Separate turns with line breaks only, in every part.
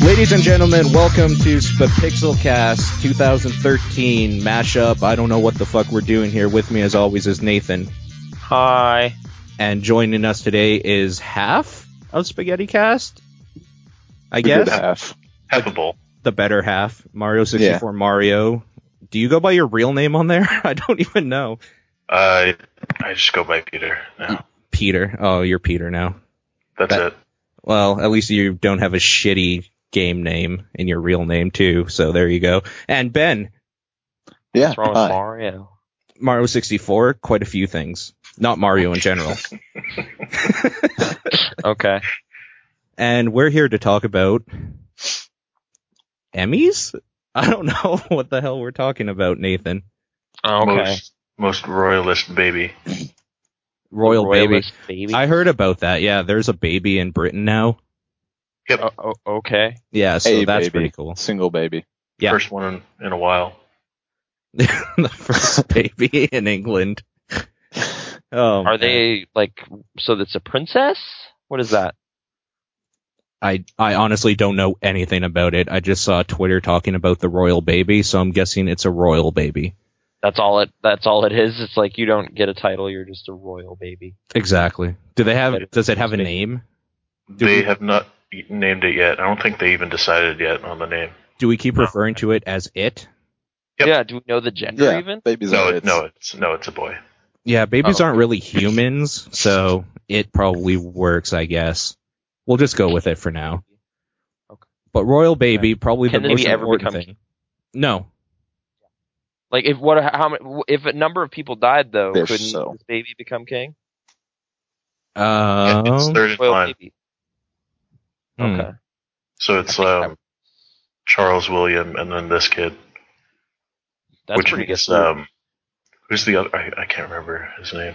Ladies and gentlemen, welcome to the Pixelcast 2013 mashup. I don't know what the fuck we're doing here. With me, as always, is Nathan,
Hi.
and joining us today is half of Spaghetti Cast. I
We did
guess
half.
Have a bowl.
the better half, Mario 64 Mario. Do you go by your real name on there? I don't even know.
Uh, I just go by Peter now.
Peter. Oh, you're Peter now.
That's
That-
it.
Well, at least you don't have a shitty game name in your real name too. So there you go. And Ben,
Yeah.
What's wrong with
hi.
Mario?
Mario 64, quite a few things. Not Mario in general.
Okay.
and we're here to talk about Emmys? I don't know what the hell we're talking about, Nathan.
Okay.
Most, most royalist baby.
Royal, baby.
Royalist baby.
I heard about that. Yeah, there's a baby in Britain now.
Yep.
O- o- okay.
Yeah, so
Hey,
that's
baby.
pretty cool.
Single baby.
Yeah.
First one in, in a while.
the first baby in England. Oh,
Are
man.
they like so? That's a princess. What is that?
I I honestly don't know anything about it. I just saw Twitter talking about the royal baby, so I'm guessing it's a royal baby.
That's all it. That's all it is. It's like you don't get a title. You're just a royal baby.
Exactly. Do they
That is
have? Does it have a
interesting.
name? Do
they
we-
have not named it yet. I don't think they even decided yet on the name.
Do we keep
No.
referring to it as it?
Yep.
Yeah. Do we know the gender
Yeah.
even?
Babies
No,
are
it, no, it's no, it's a boy.
Yeah, babies
Oh.
aren't really humans, so it probably works, I guess. We'll just go with it for now.
Okay.
But royal baby, probably
Can
the
they
most
ever
important
become-
thing. No,
Like if what? How many? If a number of people died though,
They're
couldn't
so-
this baby become king?
um,
it's third in
Royal
line.
baby.
hmm.
Okay.
So it's um, Charles William and then this kid,
That's
which
pretty
means
good.
um, who's the other? I, I can't remember his name.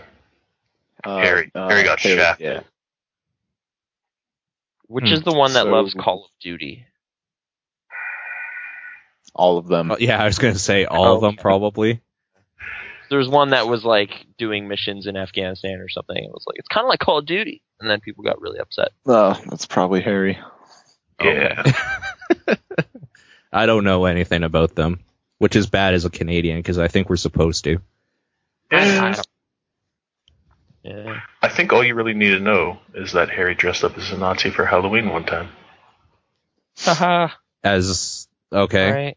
Uh,
Harry. Harry got shafted.
Yeah.
Which
hmm.
is the one that
So-
loves Call of Duty?
All of them.
Uh, yeah, I was gonna say all of them
Okay.
probably.
there was one that was like doing missions in Afghanistan or something. It was like it's kind of like Call of Duty, and then people got really upset.
Oh, that's probably Harry.
Yeah,
Oh, I don't know anything about them, which is bad as a Canadian because I think we're supposed to.
I, I
And
don't- yeah.
I think all you really need to know is that Harry dressed up as a Nazi for Halloween one time.
Haha.
As okay,
All right.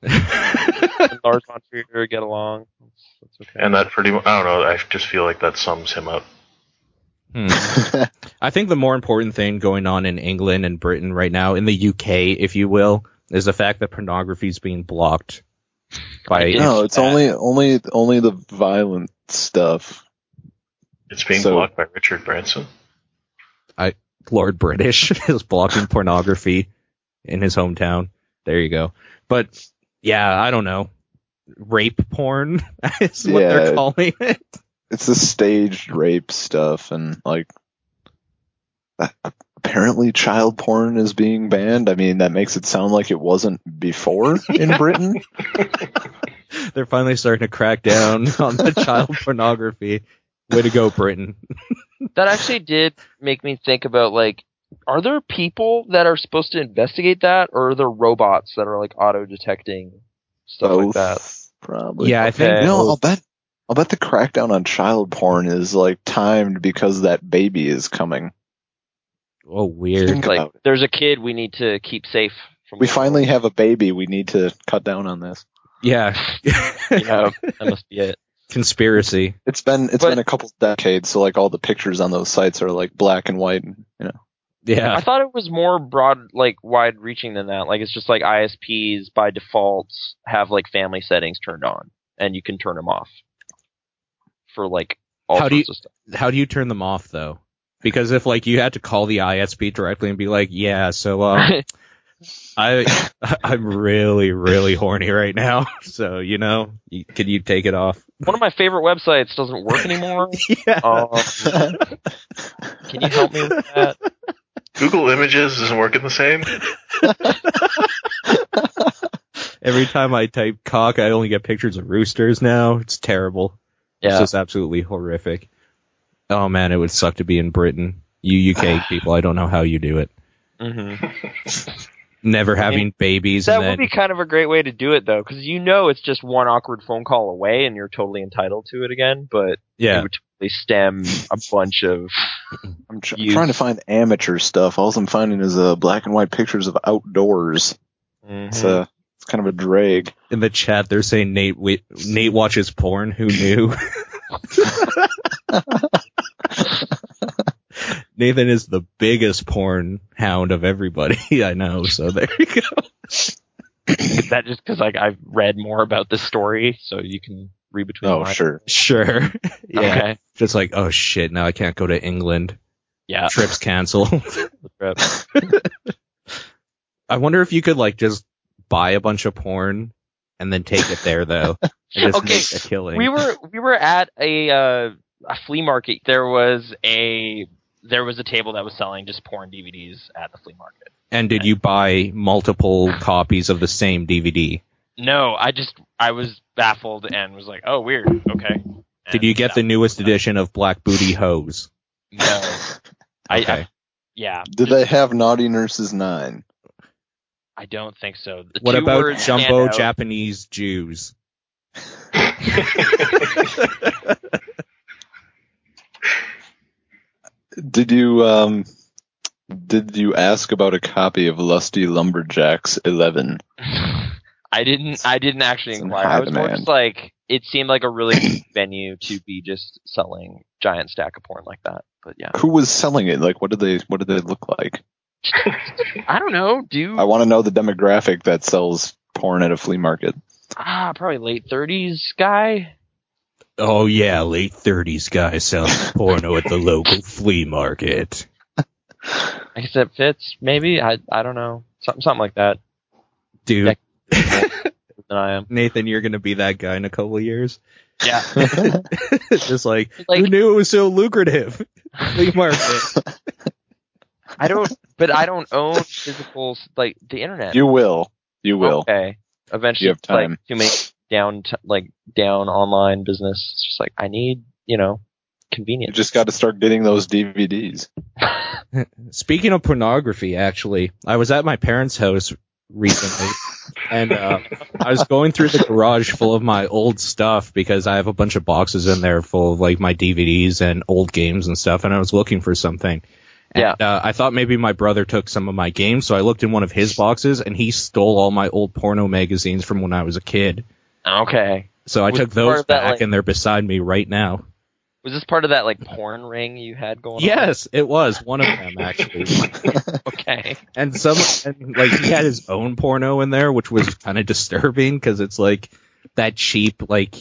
And Lars von Trier get along. That's, that's okay.
uh,
And that pretty, mu- I don't know. I just feel like that sums him up.
Hmm. I think the more important thing going on in England and Britain right now, in the UK, if you will, is the fact that pornography is being blocked by.
Yeah,
no, it's
that-
only only only the violent stuff.
It's being
So-
blocked by Richard Branson.
Lord British is blocking pornography in his hometown. There you go. But yeah, I don't know. Rape porn is what
Yeah.
they're calling it.
It's the staged rape stuff and like a- apparently child porn is being banned. I mean, that makes it sound like it wasn't before in Britain.
They're finally starting to crack down on the child pornography. Way to go, Britain.
that actually did make me think about like, are there people that are supposed to investigate that, or are there robots that are like auto detecting stuff like
Both,
that?
Probably.
Yeah, I think.
Okay.
You know, I'll bet I'll bet the crackdown on child porn is like timed because that baby is coming.
Oh, weird.
Think
Like,
about it.
there's a kid we need to keep safe. From
We finally have a baby. We need to cut down on this.
Yeah.
Yeah, that must be it.
Conspiracy.
It's been it's
But-
been a couple decades, so like all the pictures on those sites are like black and white. And, you know,
Yeah.
I thought it was more broad, like wide reaching than that. Like it's just like ISPs by default have like family settings turned on, and you can turn them off for like all
How do
sorts of stuff.
How do you turn them off though? Because if like you had to call the ISP directly and be like, yeah, so um, I I'm really really horny right now, so you know, you, can you take it off?
One of my favorite websites doesn't work anymore.
Yeah.
um, can you help me with that?
Google Images isn't working the same.
Every time I type cock, I only get pictures of roosters now. It's terrible. It's
Yeah,
just absolutely horrific. Oh man, it would
mm-hmm.
suck to be in Britain. You UK people, I don't know how you do it.
hmm
never having babies
That
and then
would be kind of a great way to do it though, because you know it's just one awkward phone call away, and you're totally entitled to it again. But
yeah
it would totally stem a bunch of
I'm, tr- I'm
Use-
trying to find amateur stuff. All I'm finding is uh, black and white pictures of outdoors.
Mm-hmm.
It's uh it's kind of a drag.
in the chat they're saying Nate we- Nate watches porn. Who knew? Nathan is the biggest porn hound of everybody I know. So there you go.
Is that just because like I've read more about this story, so you can read between. the
Oh,
lines?
sure.
Sure. Yeah.
Okay.
Just like oh shit, now I can't go to England.
Yeah.
Trips canceled.
Trip.
I wonder if you could like just buy a bunch of porn and then take it there though. and just
Okay,
make a killing.
We were we were at a uh, a flea market. There was a there was a table that was selling just porn DVDs at the flea market.
and did you buy multiple copies of the same DVD?
No, I just I was baffled and was like, oh weird, okay.
Did you
uh,
get the newest edition of Black Booty Hose?
No, I,
Okay.
I yeah,
Did they have Naughty Nurses Nine?
I don't think so. The
What
two
about
words
jumbo
stand out.
Japanese Jews?
Did you um did you ask about a copy of Lusty Lumberjacks Eleven?
I didn't. I didn't actually
It's in
inquire.
high
I was more
demand.
just like it seemed like a really good venue to be just selling giant stack of porn like that. But yeah,
Who was selling it? Like, what did they what did they look like?
I don't know, dude.
I want to know the demographic that sells porn at a flea market.
ah, probably late thirties guy.
Oh yeah, late thirties guy selling porno at the local flea market.
I guess that fits. Maybe I. I don't know. Something. Something like that.
Dude,
Than I am.
Nathan, you're gonna be that guy in a couple of years.
Yeah.
Just like,
Like-
who knew it was so lucrative? Flea market.
I don't. But I don't own physical like the internet.
you will, you will.
Okay. Eventually,
You have
it's like
time.
too many down t- like down online business. It's just like I need you know
You
convenience.
just got to start getting those DVDs.
Speaking of pornography, actually, I was at my parents' house recently, and uh, I was going through the garage full of my old stuff because I have a bunch of boxes in there full of like my DVDs and old games and stuff, and I was looking for something. And,
Yeah.
uh, I thought maybe my brother took some of my games, so I looked in one of his boxes, and he stole all my old porno magazines from when I was a kid.
Okay.
So I
Was
took
part
those
of that,
back,
like-
and they're beside me right now.
Was this part of that like porn ring you had going on?
Yes, it was one of them actually.
Okay.
and some and like he had his own porno in there, which was kind of disturbing because it's like that cheap. Like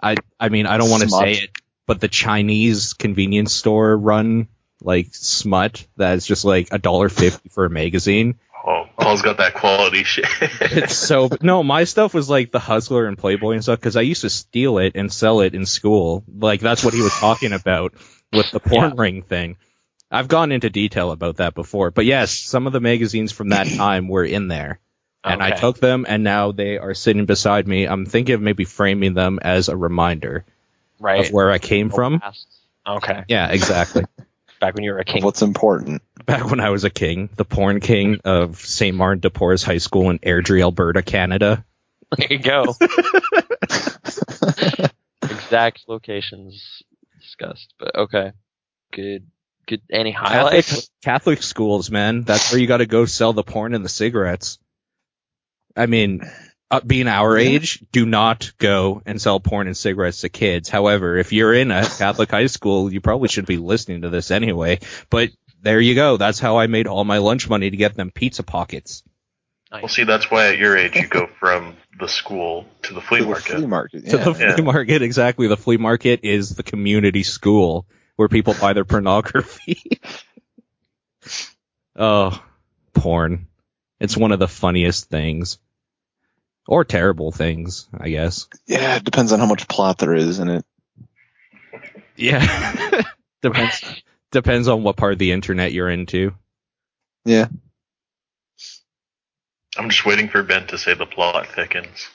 I, I mean, I don't want to
Smut.
say it, but the Chinese convenience store run like smut that's just like a dollar fifty for a magazine.
Oh, Paul's got that quality shit.
It's so no, my stuff was like the Hustler and Playboy and stuff because I used to steal it and sell it in school. Like that's what he was talking about with the porn ring thing. I've gone into detail about that before, but yes, some of the magazines from that time were in there and I
Okay.
took them, and now they are sitting beside me. I'm thinking of maybe framing them as a reminder
right Oh,
of where I came from.
Okay.
Yeah, exactly.
Back when you were a king.
What's important?
Back when I was a king, the porn king of St. Martin de Porres High School in Airdrie, Alberta, Canada.
There you go. exact locations discussed, but okay. Good. Good. Any
Catholic,
highlights?
Catholic schools, man. That's where you got to go sell the porn and the cigarettes. I mean, uh, being our age, do not go and sell porn and cigarettes to kids. However, if you're in a Catholic high school, you probably should be listening to this anyway. But there you go. That's how I made all my lunch money to get them pizza pockets.
well, see, that's why at your age you go from the school to the flea
To the
market.
flea market.
To
yeah.
the flea
Yeah.
market, exactly. The flea market is the community school where people buy their pornography. oh, porn. It's one of the funniest things. Or terrible things, I guess.
yeah, it depends on how much plot there is in it.
Yeah. depends depends on what part of the internet you're into.
I'm just waiting for Ben to say the plot thickens.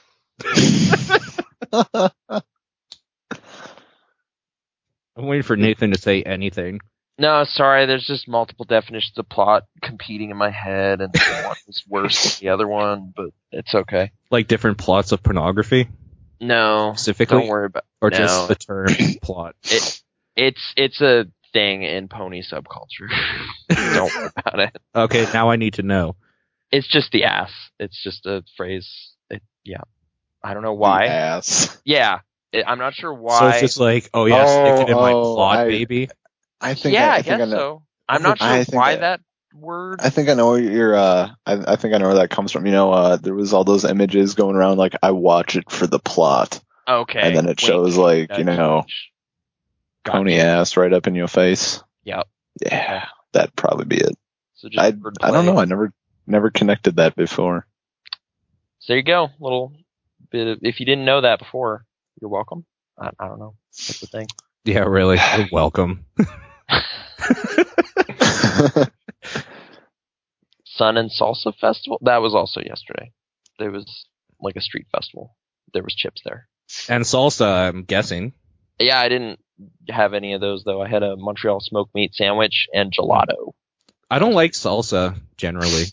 I'm waiting for Nathan to say anything.
No, sorry. There's just multiple definitions of plot competing in my head, and one is worse than the other one, but it's okay.
Like different plots of pornography
No, don't
specifically,
worry about.
or just
no.
the term plot.
It, it's it's a thing in pony subculture. don't worry about it.
Okay, now I need to know.
It's just the ass. It's just a phrase. It, yeah, I don't know why.
The ass.
Yeah, I- I'm not sure why.
So it's just like, oh yeah, stick it in my
Oh, oh,
plot,
I-
baby.
I think.
yeah,
I,
I,
I think I
guess
know.
so. I'm not sure
I think
why
I-
that word.
I think I know where your. Uh, I, I think I know where that comes from. You know, uh, there was all those images going around like I watch it for the plot,
okay,
and then it
wink,
shows like you
nudge,
know
nudge. Gotcha.
pony ass right up in your face.
Yep.
Yeah, that'd probably be it.
So just
I
wordplay.
I don't know. I never never connected that before.
So there you go. Little bit of, if you didn't know that before, you're welcome. I, I don't know. That's the thing.
Yeah, really. You're welcome.
Sun and Salsa Festival. That was also yesterday. There was like a street festival. There was chips there.
And salsa, I'm guessing.
Yeah, I didn't have any of those though. I had a Montreal smoked meat sandwich and gelato.
I don't like salsa generally.
The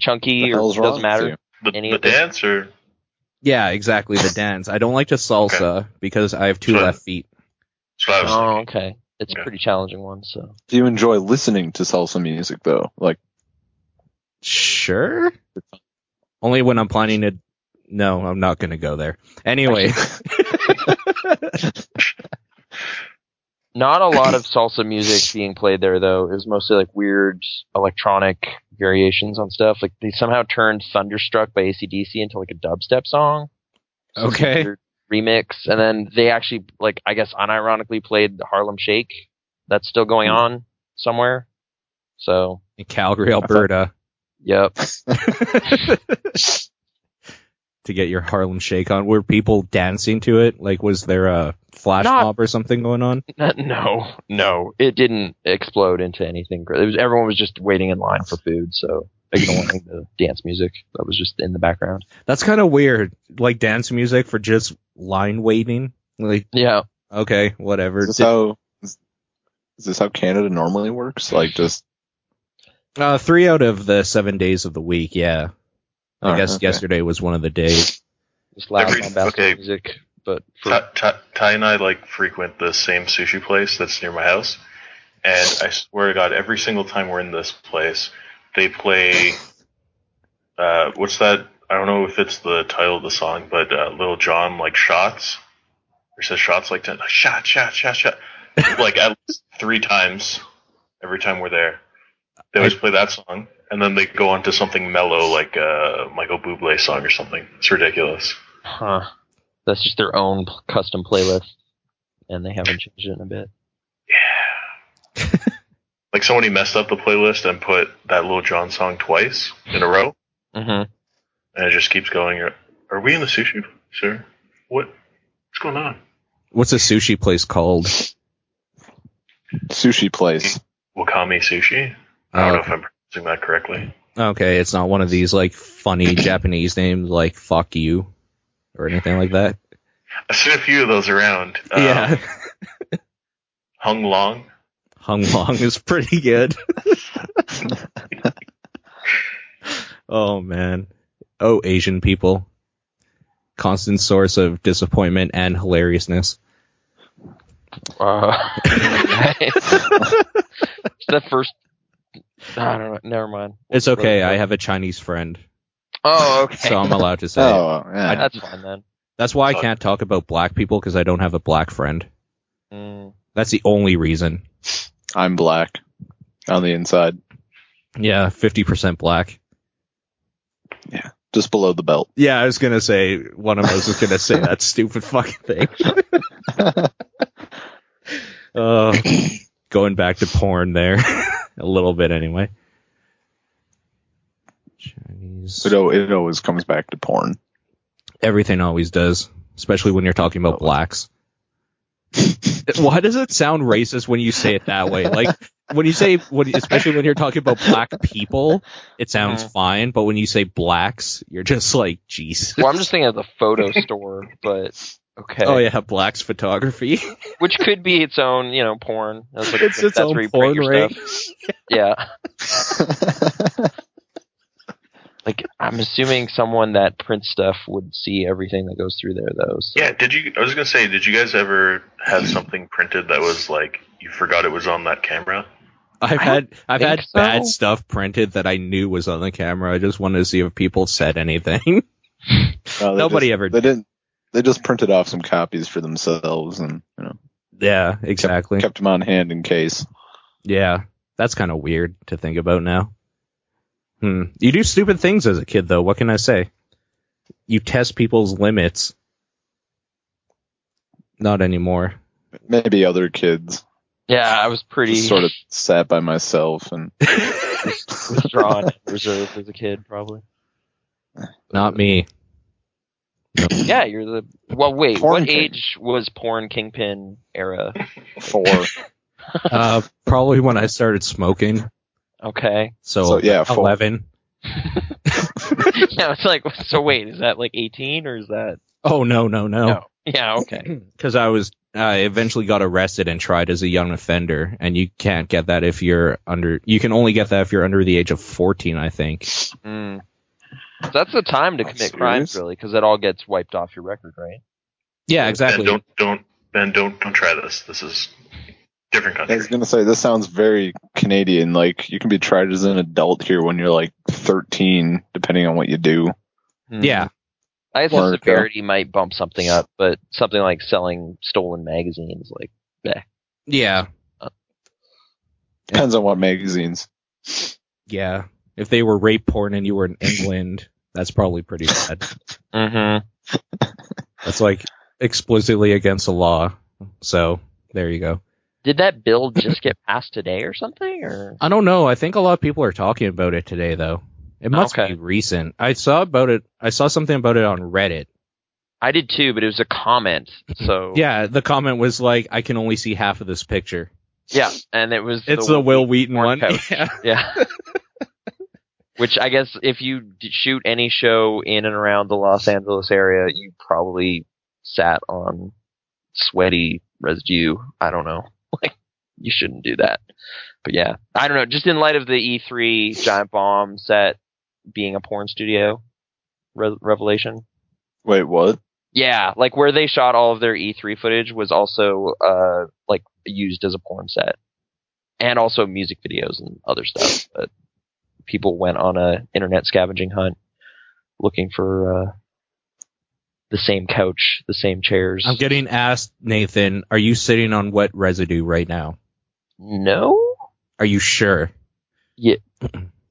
Chunky or
hell's wrong
doesn't
with
matter.
you?
The,
Any
the
of this-
dance or
Yeah, exactly. The dance. I don't like the salsa because I have two
Sure.
left feet.
that's what I was
Oh, okay. It's
Okay.
a pretty challenging one. So
Do you enjoy listening to salsa music though? Like
Sure. Only when I'm planning to. No, I'm not going to go there. Anyway,
not a lot of salsa music being played there though. It was mostly like weird electronic variations on stuff. Like they somehow turned "Thunderstruck" by ACDC into like a dubstep song. So it's a
Okay.
weird Remix, and then they actually like I guess unironically played the Harlem Shake. That's still going
Hmm.
on somewhere. So
in Calgary, Alberta,
yep.
to get your Harlem Shake on, were people dancing to it? Like, was there a flash
Not-
mob or something going on?
Not- no, no, it didn't explode into anything. gr- It was everyone was just waiting in line for food, so ignoring the dance music that was just in the background.
That's kind of weird. Like dance music for just line waiting. Like,
Yeah,
okay, whatever.
is this how is this how Canada normally works? Like just
Uh, three out of the seven days of the week. Yeah, I
Alright,
guess
okay.
yesterday was one of the days.
just loud
Every-
bombastic
okay.
music. But for,
Ty, Ty, Ty and I like frequent the same sushi place that's near my house, and I swear to God, every single time we're in this place, they play. Uh, what's that? I don't know if it's the title of the song, but uh, Little John like shots, or says shots like ten, shot, shot, shot, shot, like at least three times every time we're there. They always play that song, and then they go on to something mellow like a Michael Bublé song or something. It's ridiculous.
huh, that's just their own p- custom playlist, and they haven't changed it in a bit.
like somebody messed up the playlist and put that little John song twice in a row,
Mm-hmm.
and it just keeps going. You're- Are we in the sushi, sir? What? What's going on?
What's a sushi place called?
sushi place.
Wakami sushi. I don't know if I'm pronouncing that correctly.
Okay, it's not one of these like funny Japanese names like "fuck you" or anything like that.
I've seen a few of those around. Um, Hung Long.
Hung Long is pretty good. oh man, oh Asian people, constant source of disappointment and hilariousness.
Uh, It's the first. I don't know. Never mind.
It's okay. I have a Chinese friend,
Oh, okay.
so I'm allowed to say. it.
Oh, yeah.
that's fine then.
That's why I can't talk about black people because I don't have a black friend.
Mm.
That's the only reason.
I'm black on the inside,
Yeah, fifty percent black.
just below the belt.
Yeah, I was gonna say one of us is gonna say that stupid fucking thing. uh, going back to porn there, a little bit anyway. Chinese.
It, al- it always comes back to porn.
Everything always does, especially when you're talking about blacks. Why does it sound racist when you say it that way? Like when you say, when, especially when you're talking about black people, it sounds fine. But when you say blacks, you're just like Jesus.
Well, I'm just thinking of the photo store, but Okay.
Oh yeah, Black's photography.
Which could be its own, you know, porn. That's like,
it's its
that's
own
where you
porn
print your
ring.
stuff. Yeah. Like I'm assuming someone that prints stuff would see everything that goes through there though. So.
Yeah, did you? I was gonna say, did you guys ever have something printed that was like you forgot it was on that camera?
I've
I
had I've
think
had bad
so.
stuff printed that I knew was on the camera. I just wanted to see if people said anything.
No, they
Nobody
just-
ever-
They didn't. They just printed off some copies for themselves and you know
yeah, exactly.
kept them on hand in case.
Yeah, that's kind of weird to think about now. Hmm. You do stupid things as a kid, though. What can I say? You test people's limits. Not anymore.
Maybe other kids
Yeah, I was pretty
just sort of sat by myself and
withdrawn, and reserved as a kid, probably.
Not me.
Yeah, you're the well. Wait,
Porn
what
king.
age was porn kingpin era?
four.
Uh, probably when I started smoking.
Okay,
So,
So, yeah, full-
eleven.
yeah, it's like so. Wait, is that like eighteen or is that?
Oh no, no, no.
No. Yeah, okay.
Because I was, I eventually got arrested and tried as a young offender, and you can't get that if you're under. You can only get that if you're under the age of fourteen, I think.
Mm. So that's the time to
Not
commit
Hmm.
crimes,
serious?
really, because it all gets wiped off your record, right?
Yeah,
Ben,
exactly.
don't don't Ben, don't don't try this. This is different
I was
country.
gonna say this sounds very Canadian. Like you can be tried as an adult here when you're like 13, depending on what you do.
Hmm.
Yeah,
I guess
Or,
the
uh,
severity might bump something up, but something like selling stolen magazines, like
yeah.
Depends on what magazines.
Yeah. If they were rape porn and you were in England, that's probably pretty bad.
mm-hmm.
That's like explicitly against the law. So there you go.
did that bill just get passed today or something? Or
I don't know. I think a lot of people are talking about it today, though. It must
Okay.
be recent. I saw about it. I saw something about it on Reddit.
I did too, but it was a comment. So
Yeah, the comment was like, "I can only see half of this picture."
yeah, and it was
It's
the
the, Will Wheaton
porn
one.
couch.
Yeah.
Yeah. Which I guess if you d- shoot any show in and around the Los Angeles area, you probably sat on sweaty residue. I don't know. Like you shouldn't do that. But yeah, I don't know. Just in light of the E3 Giant Bomb set being a porn studio re- revelation.
Wait, what?
Yeah, like where they shot all of their E3 footage was also uh like used as a porn set, and also music videos and other stuff. But people went on a internet scavenging hunt looking for uh the same couch, the same chairs.
I'm getting asked, Nathan, are you sitting on wet residue right now?
no,
Are you sure?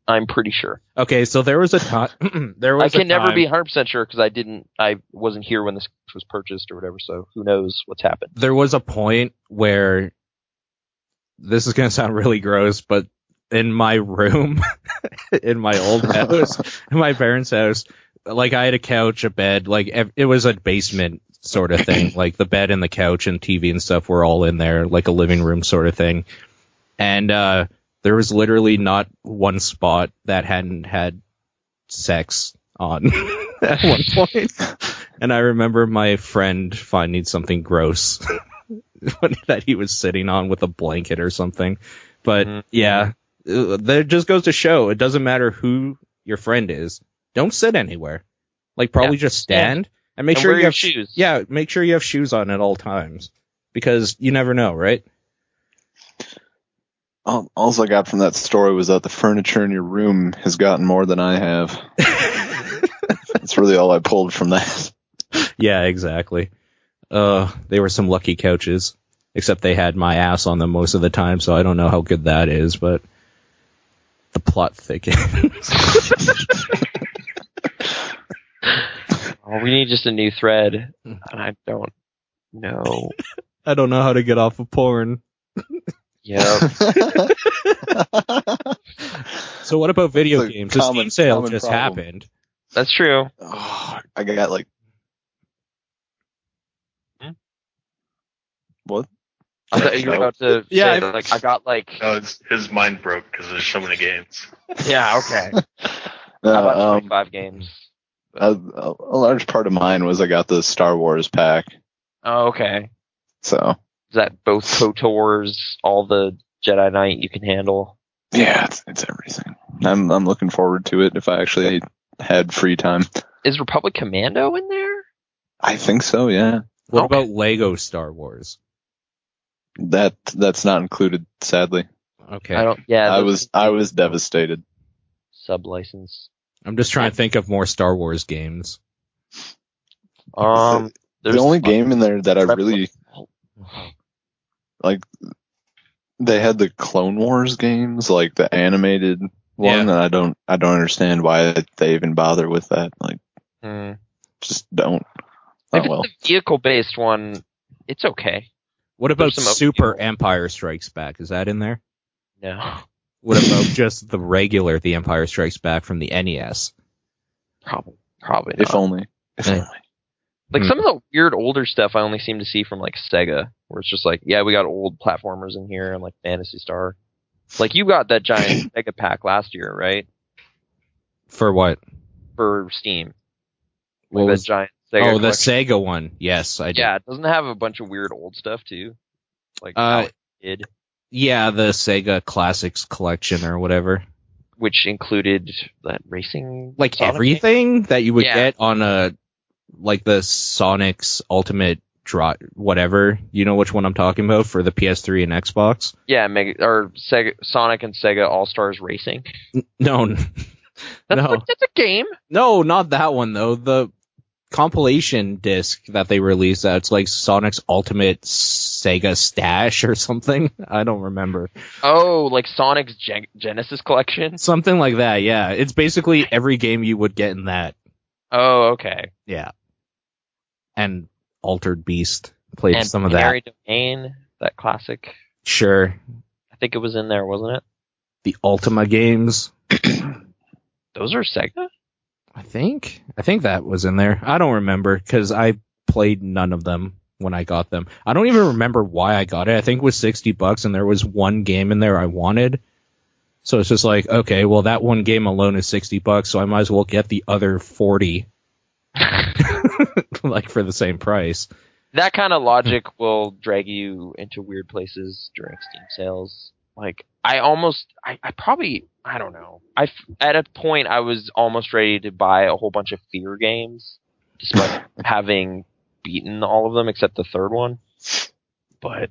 I'm pretty sure.
Okay, so there was a time. there was
I can
a
never
time-
be 100 percent sure because I didn't, I wasn't here when this was purchased or whatever. So who knows what's happened?
there was a point where this is going to sound really gross, but in my room, in my old house, in my parents' house, like I had a couch, a bed, like ev- it was a basement sort of thing. like the bed and the couch and TV and stuff were all in there, like a living room sort of thing. And uh, there was literally not one spot that hadn't had sex on at one point. And I remember my friend finding something gross that he was sitting on with a blanket or something. But
Mhm.
yeah, uh, that just goes to show it doesn't matter who your friend is. Don't sit anywhere. Like probably just stand and make
And
sure
wear
you
your
have
shoes.
yeah, make sure you have shoes on at all times because you never know, right?
All, alls I got from that story was that the furniture in your room has gotten more than I have. That's really all I pulled from that.
Yeah, exactly. Uh, they were some lucky couches, except they had my ass on them most of the time, so I don't know how good that is, but the plot thickens.
Oh, we need just a new thread,
Mm.
and I don't know.
I don't know how to get off of porn.
Yeah.
So what about video
It's a
games? The
common-
Steam sale
common
just
problem.
happened.
That's true.
Oh, I got like.
Hmm?
What?
I thought you were about to
Yeah,
say
I-
that, like I got like
No, it's, his mind broke because there's so many games.
yeah okay.
No,
I bought
um,
twenty five games.
a, a a large part of mine was I got the Star Wars pack,
Oh, okay.
So
Is that both KOTORs, all the Jedi Knight you can handle?
yeah, it's, it's everything. I'm I'm looking forward to it if I actually had free time.
Is Republic Commando in there?
I think so. Yeah,
What
Okay.
about Lego Star Wars?
that that's not included. Sadly,
Okay.
I don't. Yeah,
I
those
was I was devastated.
sub license.
I'm just trying to think of more Star Wars games.
Um,
The
there's-
only game in there that I
Rebel-
really they had the Clone Wars games, like the animated one,
Yeah.
and I don't I don't understand why they even bother with that. Like,
Hmm.
just don't.
If
Oh
it's
well.
a vehicle based one, it's okay.
What about
There's some other
Super
people.
Empire Strikes Back? Is that in there?
No,
What about just the regular The Empire Strikes Back from the E NES?
probably probably not.
If only. If
Yeah.
only.
like
Hmm.
some of the weird older stuff, I only seem to see from like Sega, where it's just like, yeah, we got old platformers in here and like Fantasy Star. Like you got that giant Sega pack last year, right?
For what?
For Steam,
What
like that
was?
giant Sega.
Oh, the
collection.
Sega one. Yes, I did.
Yeah, it doesn't have a bunch of weird old stuff too. Like
Uh,
Alex did,
Yeah, the Sega Classics collection or whatever.
which included that racing,
Like
Sonic game?
everything that you would
Yeah.
get on a like the Sonic's Ultimate Draw whatever. You know which one I'm talking about for the PS3 and Xbox?
Yeah, Mega or Sega, Sonic and Sega All Stars Racing.
No. n-
That's
no.
like, that's a game.
No, not that one though. The compilation disc that they released that's like Sonic's Ultimate Sega Stash or something. I don't remember.
Oh, like Sonic's Gen- Genesis collection.
Something like that, yeah. It's basically every game you would get in that.
Oh, okay.
Yeah. And Altered Beast played
and
some of that.
Binary Domain, that classic.
Sure.
I think it was in there, wasn't it?
The Ultima games,
Those are Sega.
I think. I think that was in there. I don't remember because I played none of them when I got them. I don't even remember why I got it. I think it was 60 bucks and there was one game in there I wanted. So it's just like, okay, well that one game alone is 60 bucks, so I might as well get the other 40 like for the same price.
That kind of logic
Hmm.
will drag you into weird places during Steam sales. Like I almost, I, I probably, I don't know. I f- at a point I was almost ready to buy a whole bunch of fear games, despite having beaten all of them except the third one. But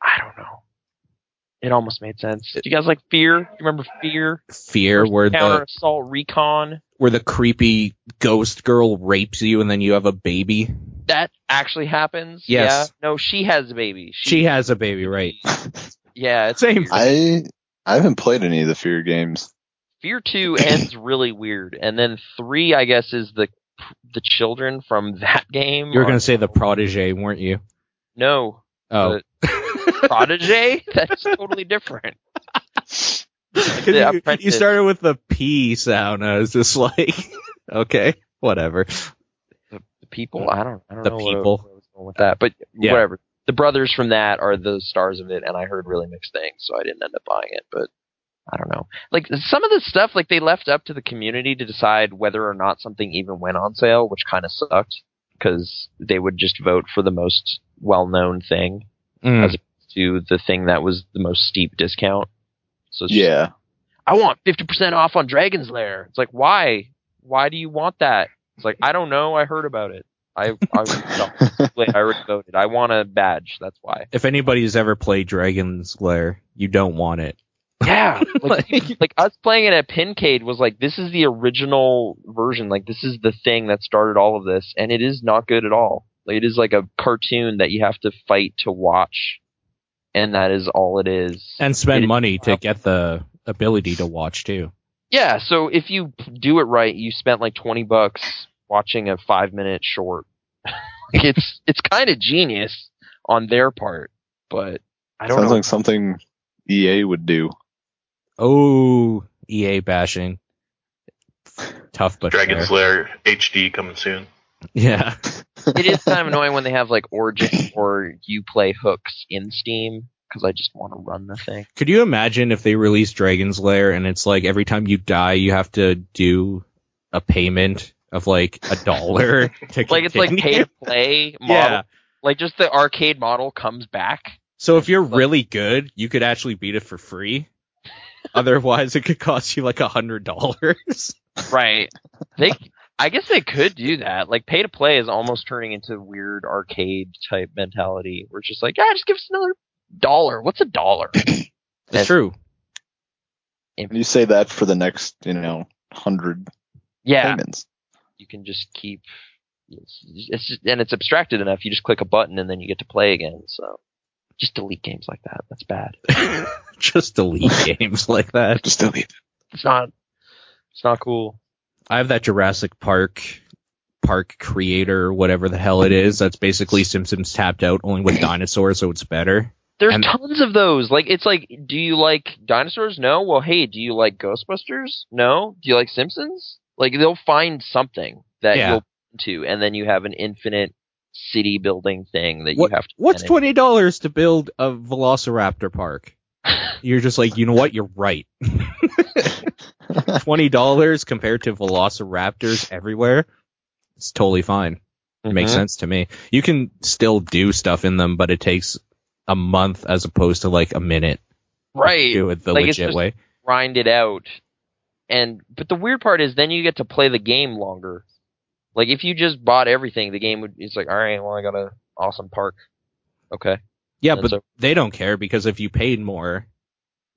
I don't know. It almost made sense. Do you guys like Fear? Do you remember Fear?
Fear
First
where the
counter assault recon.
where the creepy ghost girl rapes you and then you have a baby.
That actually happens.
Yes.
Yeah. No, she has a baby.
She has a baby, right?
Yeah. It's
Same.
Weird.
I I haven't played any of the Fear games.
Fear two ends really weird, and then three, I guess, is the the children from that game.
You were
are-
gonna say the protege, weren't you?
no
Oh,
prodigy. That's totally different.
'Cause
The
you, you
apprentice.
started with the P sound. I was just like, okay, whatever.
The people. I don't. I don't
The
know where-
people.
where I was going with that, but
Yeah.
whatever. The brothers from that are the stars of it, and I heard really mixed things, so I didn't end up buying it. But I don't know. Like some of the stuff, like they left up to the community to decide whether or not something even went on sale, which kind of sucked because they would just vote for the most well-known thing
Mm.
to the thing that was the most steep discount. So it's just
Yeah.
I want 50% off on Dragon's Lair. It's like, why? Why do you want that? It's like, I don't know. I heard about it. I, I, no, I already voted. I want a badge. That's why.
If anybody's ever played Dragon's Lair, you don't want it.
Yeah. Like,
Like-
like us playing it at Pincade was like, this is the original version. Like, this is the thing that started all of this. And it is not good at all. Like, it is like a cartoon that you have to fight to watch. And that is all it is.
and spend
It-
money to get the ability to watch too.
Yeah, so if you do it right, you spent like twenty bucks watching a five minute short. it's it's kind of genius on their part, but I don't
Sounds
know.
like something EA would do.
Oh, EA bashing. Tough but
Dragon's
fair.
Lair HD coming soon.
Yeah.
it is kind of annoying when they have like Origin or you play hooks in Steam because I just want to run the thing.
Could you imagine if they released Dragon's Lair and it's like every time you die, you have to do a payment of like a dollar to
Like it's like
continue?
pay to play model
Yeah.
Like just the arcade model comes back.
So if you're really good, you could actually beat it for free. Otherwise, it could cost you like a hundred dollars.
Right. They I guess they could do that. Like pay to play is almost turning into weird arcade type mentality where it's just like, ah, just give us another dollar. What's a dollar?
It's true.
You say that for the next, you know, hundred
Yeah.
payments.
You can just keep it's, it's just, and it's abstracted enough. You just click a button and then you get to play again. So just delete games like that. That's bad.
Just delete games like that.
Just delete. it.
It's not it's not cool.
I have that Jurassic Park park creator, whatever the hell it is. That's basically Simpsons tapped out, only with dinosaurs, so it's better.
There's
And-
tons of those. Like it's like, do you like dinosaurs? No. Well, hey, do you like Ghostbusters? No. Do you like Simpsons? Like they'll find something that
Yeah.
you'll into, and then you have an infinite city building thing that
What-
you have to.
What's
manage.
twenty dollars to build a Velociraptor park? You're just like, you know what? You're right. twenty dollars compared to Velociraptors everywhere, it's totally fine. It makes
Mhm.
sense to me. You can still do stuff in them, but it takes a month as opposed to like a minute.
right?
To do it the
Like, it's
legit
just-
way.
Grind it out, and but the weird part is then you get to play the game longer. Like if you just bought everything, the game would. It's like, all right, well, I got an awesome park. Okay,
Yeah,
and
but
so-
they don't care because if you paid more,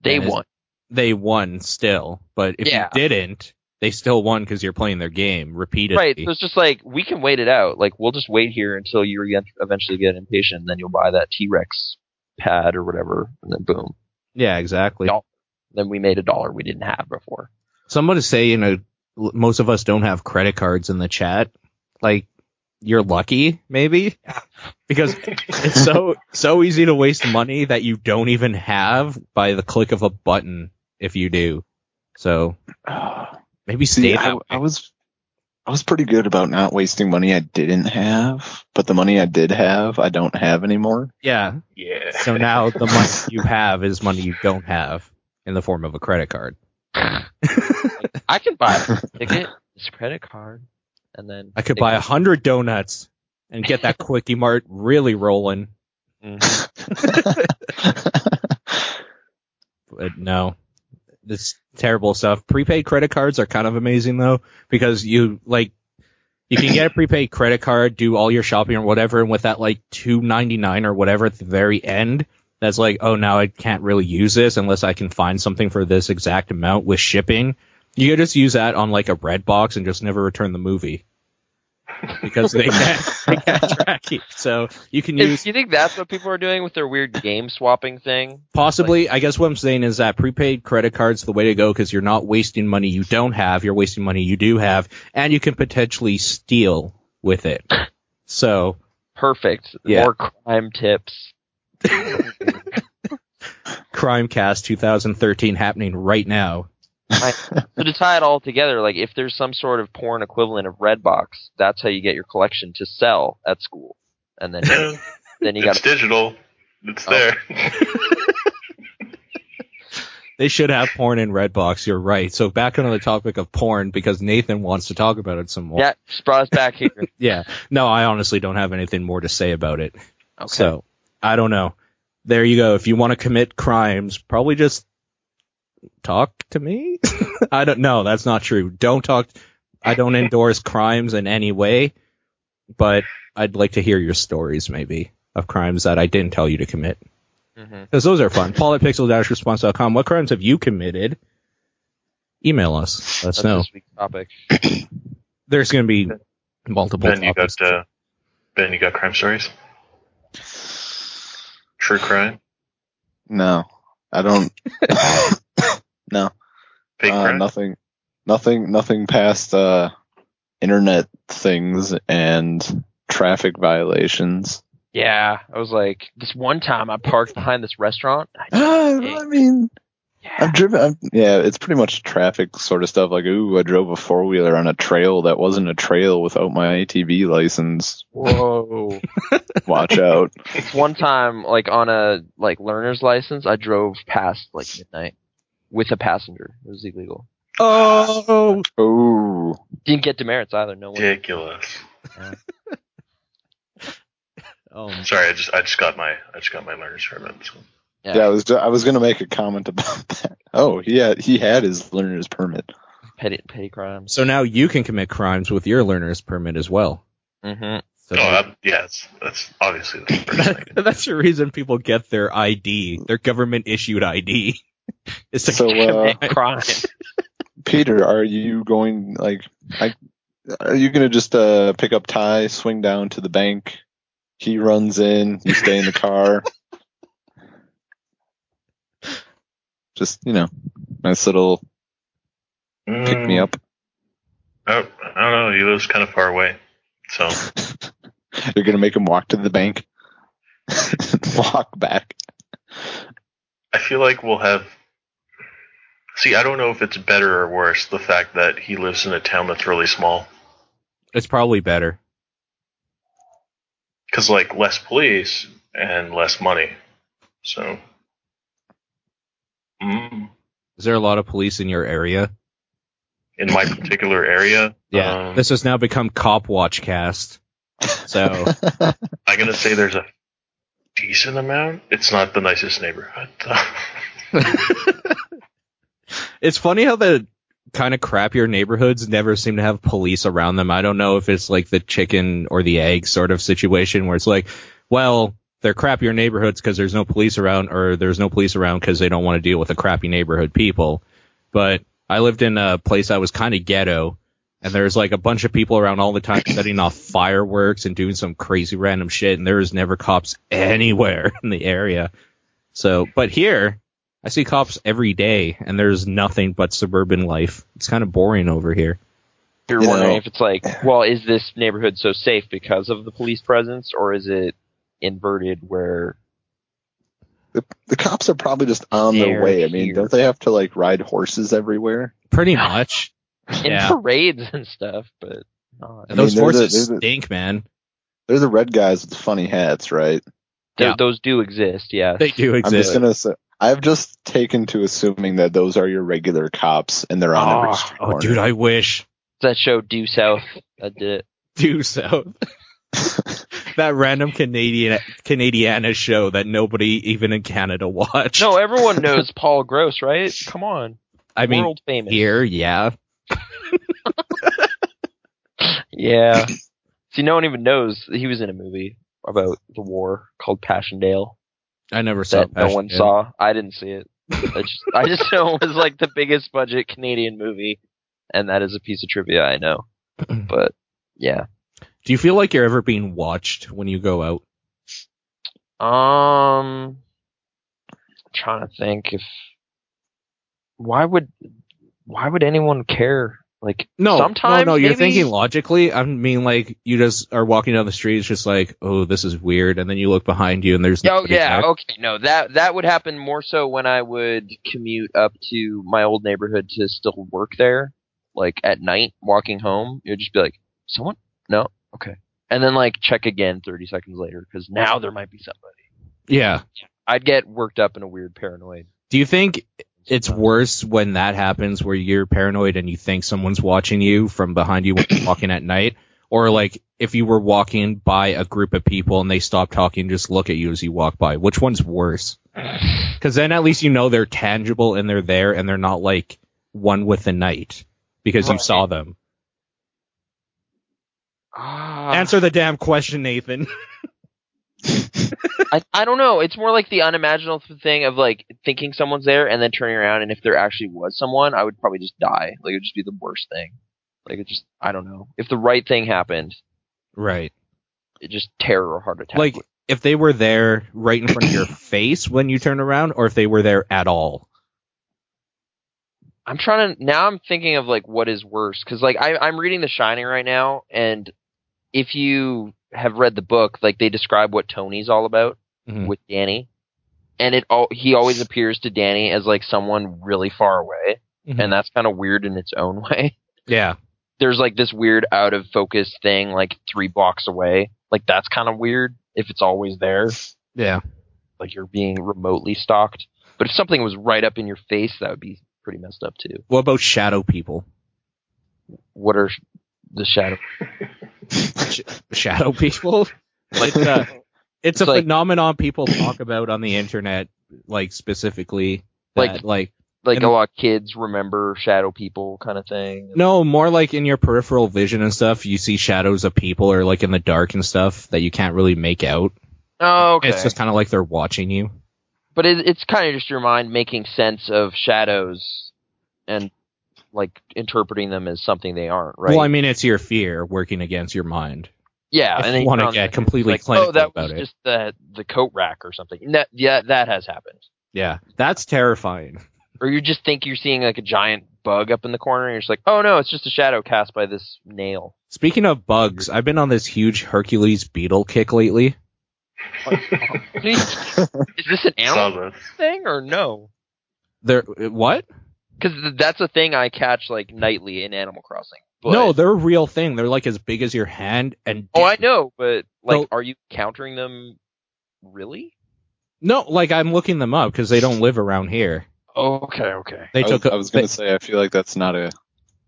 they
And it's-
won.
they won still. But if
Yeah.
you didn't, they still won because you're playing their game repeatedly.
Right. So it's just like we can wait it out. Like we'll just wait here until you re- eventually get impatient, and then you'll buy that T Rex pad or whatever, and then boom,
yeah, exactly.
Y'all- then we made a dollar we didn't have before.
Someone is saying, you know, l- most of us don't have credit cards in the chat. Like, you're lucky, maybe, because it's so so easy to waste money that you don't even have by the click of a button if you do. So
Ah.
maybe stay
See,
that
I,
way.
I was I was pretty good about not wasting money I didn't have, but the money I did have, I don't have anymore.
Yeah.
Yeah.
So now the money you have is money you don't have in the form of a credit card.
I can buy a ticket, this credit card, and then
I could buy a hundred donuts and get that quickie mart really rolling.
Mhm.
but Uh, no. It's terrible stuff. Prepaid credit cards are kind of amazing though, because you like you can get a prepaid credit card, do all your shopping or whatever, and with that like two ninety nine or whatever at the very end, that's like, oh now I can't really use this unless I can find something for this exact amount with shipping. You could just use that on like a red box and just never return the movie. Because they can't, they can't track you. So you can use
Is- you think that's what people are doing with their weird game swapping thing?
Possibly. I guess what I'm saying is that prepaid credit cards the way to go because you're not wasting money you don't have. You're wasting money you do have, and you can potentially steal with it. So
Perfect.
Yeah.
More crime tips.
Crimecast 2013 happening right now.
So to tie it all together, like if there's some sort of porn equivalent of Redbox, that's how you get your collection to sell at school, and then
Yeah,
then you got
it's digital. It's
Oh.
there.
They should have porn in Redbox. You're right. So back on the topic of porn because Nathan wants to talk about it some more.
Yeah, just brought us back here. Okay.
Yeah. No, I honestly don't have anything more to say about it. So I don't know. There you go. If you want to commit crimes, probably just talk to me. I don't know. That's not true. Don't talk. I don't endorse crimes in any way, but I'd like to hear your stories maybe of crimes that I didn't tell you to commit
Mhm.
because those are fun. Paul at pixel-response.com. What crimes have you committed? Email us. Let us
that's
know.
this week's topic.
There's going to be multiple.
ben, you got
topics.
uh, Ben, you got crime stories. True crime,
no, I don't. no,
fake
uh,
crime.
nothing, nothing, nothing past uh, internet things and traffic violations.
Yeah, I was like, this one time I parked behind this restaurant. I-
I mean,
yeah.
I've driven. I've, yeah, it's pretty much traffic sort of stuff. Like, ooh, I drove a four wheeler on a trail that wasn't a trail without my ATV license.
Whoa.
Watch out.
It's one time, like on a like learner's license, I drove past like midnight with a passenger. It was illegal.
Oh,
Ooh,
Didn't get demerits either. No one.
Ridiculous.
Oh,
Sorry, I just I just got my I just got my learner's permit. So.
Yeah, I was ju- I was gonna make a comment about that. Oh, he had, he had his learner's permit.
petty petty crimes.
so now you can commit crimes with your learner's permit as well.
hmm
So
oh, that, yeah, that's, that's obviously the first thing.
that's the reason people get their ID, their government issued ID. It's like,
So uh,
crime.
Peter, are you going like I are you gonna just uh pick up Ty, swing down to the bank, he runs in, you stay in the car. just, you know, nice little pick me up.
Oh, I don't know. He lives kind of far away, so
Mm,
You're gonna make him walk to the bank. walk back.
I feel like we'll have. See, I don't know if it's better or worse the fact that he lives in a town that's really small,
it's probably better.
because like less police and less money. So, mm,
Is there a lot of police in your area?
in my particular area,
Yeah.
um,
this has now become Cop Watch Cast. So
I'm gonna say there's a decent amount. It's not the nicest neighborhood.
it's funny how the kind of crappier neighborhoods never seem to have police around them. I don't know if it's like the chicken or the egg sort of situation where it's like, well, they're crappier neighborhoods because there's no police around, or there's no police around because they don't want to deal with the crappy neighborhood people. But I lived in a place that was kind of ghetto, and there's like a bunch of people around all the time setting off fireworks and doing some crazy random shit, and there was never cops anywhere in the area. So, but here, I see cops every day, and there's nothing but suburban life. It's kind of boring over here.
You're
You
wondering
know-
if it's like, well, is this neighborhood so safe because of the police presence, or is it inverted where
the, the cops are probably just on
They're
their way. I mean,
here.
don't they have to like ride horses everywhere?
Pretty much.
in
Yeah.
parades and stuff, but not.
And those
mean, they're the-
horses
they're the-
stink, man.
They're the red guys with the funny hats, right?
Th-
Yeah.
Those do exist, yeah.
They do
I'm just
exist.
gonna. Say, I've just taken to assuming that those are your regular cops and they're on every street
oh,
corner.
dude, I wish.
That show Due South that did it.
Do so. that random Canadian Canadiana show that nobody even in Canada watched.
No, everyone knows Paul Gross, right? Come on,
I mean
world famous.
here, yeah.
Yeah. See, no one even knows he was in a movie about the war called Passchendale
I never saw.
that no one
Passion.
saw. I didn't see it. I just, I just know it was like the biggest budget Canadian movie, and that is a piece of trivia I know. But yeah,
Do you feel like you're ever being watched when you go out?
um, trying to think if why would why would anyone care? Like
No,
sometimes
no, no. You're
maybe-
thinking logically. I mean, like you just are walking down the street. It's just like, oh, this is weird. And then you look behind you, and there's
Oh
nobody
yeah,
there.
okay. No, that that would happen more so when I would commute up to my old neighborhood to still work there. Like at night, walking home, it would just be like, someone? No, okay. And then like check again 30 seconds later because now there might be somebody.
yeah.
I'd get worked up in a weird paranoid.
Do you think it's
sometimes.
worse when that happens where you're paranoid and you think someone's watching you from behind you when you're walking at night? Or like if you were walking by a group of people and they stop talking, just look at you as you walk by. Which one's worse? Because then at least you know they're tangible and they're there and they're not like one with the night because you
Right.
saw them.
Ah,
Answer the damn question, Nathan.
I, I don't know. It's more like the unimaginable thing of like thinking someone's there and then turning around and if there actually was someone, I would probably just die. Like it would just be the worst thing. Like it just I don't know. If the right thing happened,
right.
it just terror or heart attack.
Like if they were there right in front of your face when you turn around or if they were there at all.
I'm trying to now. I'm thinking of like what is worse because like I, I'm reading The Shining right now, and if you have read the book, like they describe what Tony's all about
Mhm.
with Danny, and it all he always appears to Danny as like someone really far away,
Mhm.
and that's kind of weird in its own way.
Yeah.
there's like this weird out of focus thing like three blocks away. Like that's kind of weird if it's always there,
Yeah.
like you're being remotely stalked. But if something was right up in your face, that would be pretty messed up too.
What about shadow people?
What are the shadow?
Shadow people? Like, uh, it's a
It's like-
phenomenon people talk about on the internet, like specifically that,
Like-
like,
Like
And-
a lot of kids remember shadow people kind of thing.
no, more like in your peripheral vision and stuff, you see shadows of people or like in the dark and stuff that you can't really make out.
Oh, okay.
It's just kind of like they're watching you.
but it, it's kind of just your mind making sense of shadows and like interpreting them as something they aren't, right?
Well, I mean, it's your fear working against your mind.
yeah,
if
and
you
then
wanna
found
get
that it's
completely
like,
clinical
oh, that
about
was
it.
just the the coat rack or something. And that- yeah, that has happened.
Yeah, that's terrifying.
Or you just think you're seeing like a giant bug up in the corner, and you're just like, oh no, it's just a shadow cast by this nail.
Speaking of bugs, I've been on this huge Hercules beetle kick lately.
Is this an
Saw
animal
this.
thing or no?
They're what?
Because that's a thing I catch like nightly in Animal Crossing. But,
No, they're a real thing. They're like as big as your hand and
oh, I know, but like,
No.
are you countering them? Really?
No, like I'm looking them up because they don't live around here.
Okay, okay.
They
I was,
took. a-
I was gonna
they-
say I feel like that's not a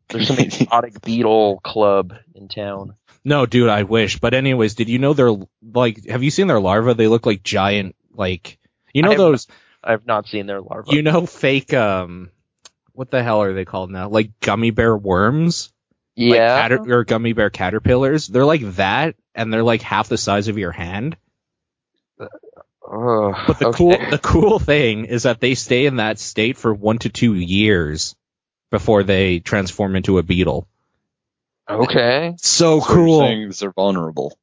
There's some exotic beetle club in town.
no, dude, I wish. But anyways, did you know they're like? Have you seen their larvae? They look like giant, like you know
I have-
those,
I've not seen their larvae.
you know, fake um, what the hell are they called now? Like gummy bear worms, like
yeah.
cater- or gummy bear caterpillars. They're like that, and they're like half the size of your hand.
Ugh,
But the
okay.
cool the cool thing is that they stay in that state for one to two years before they transform into a beetle.
okay.
So
so you're
Oh, cool.
saying they're vulnerable.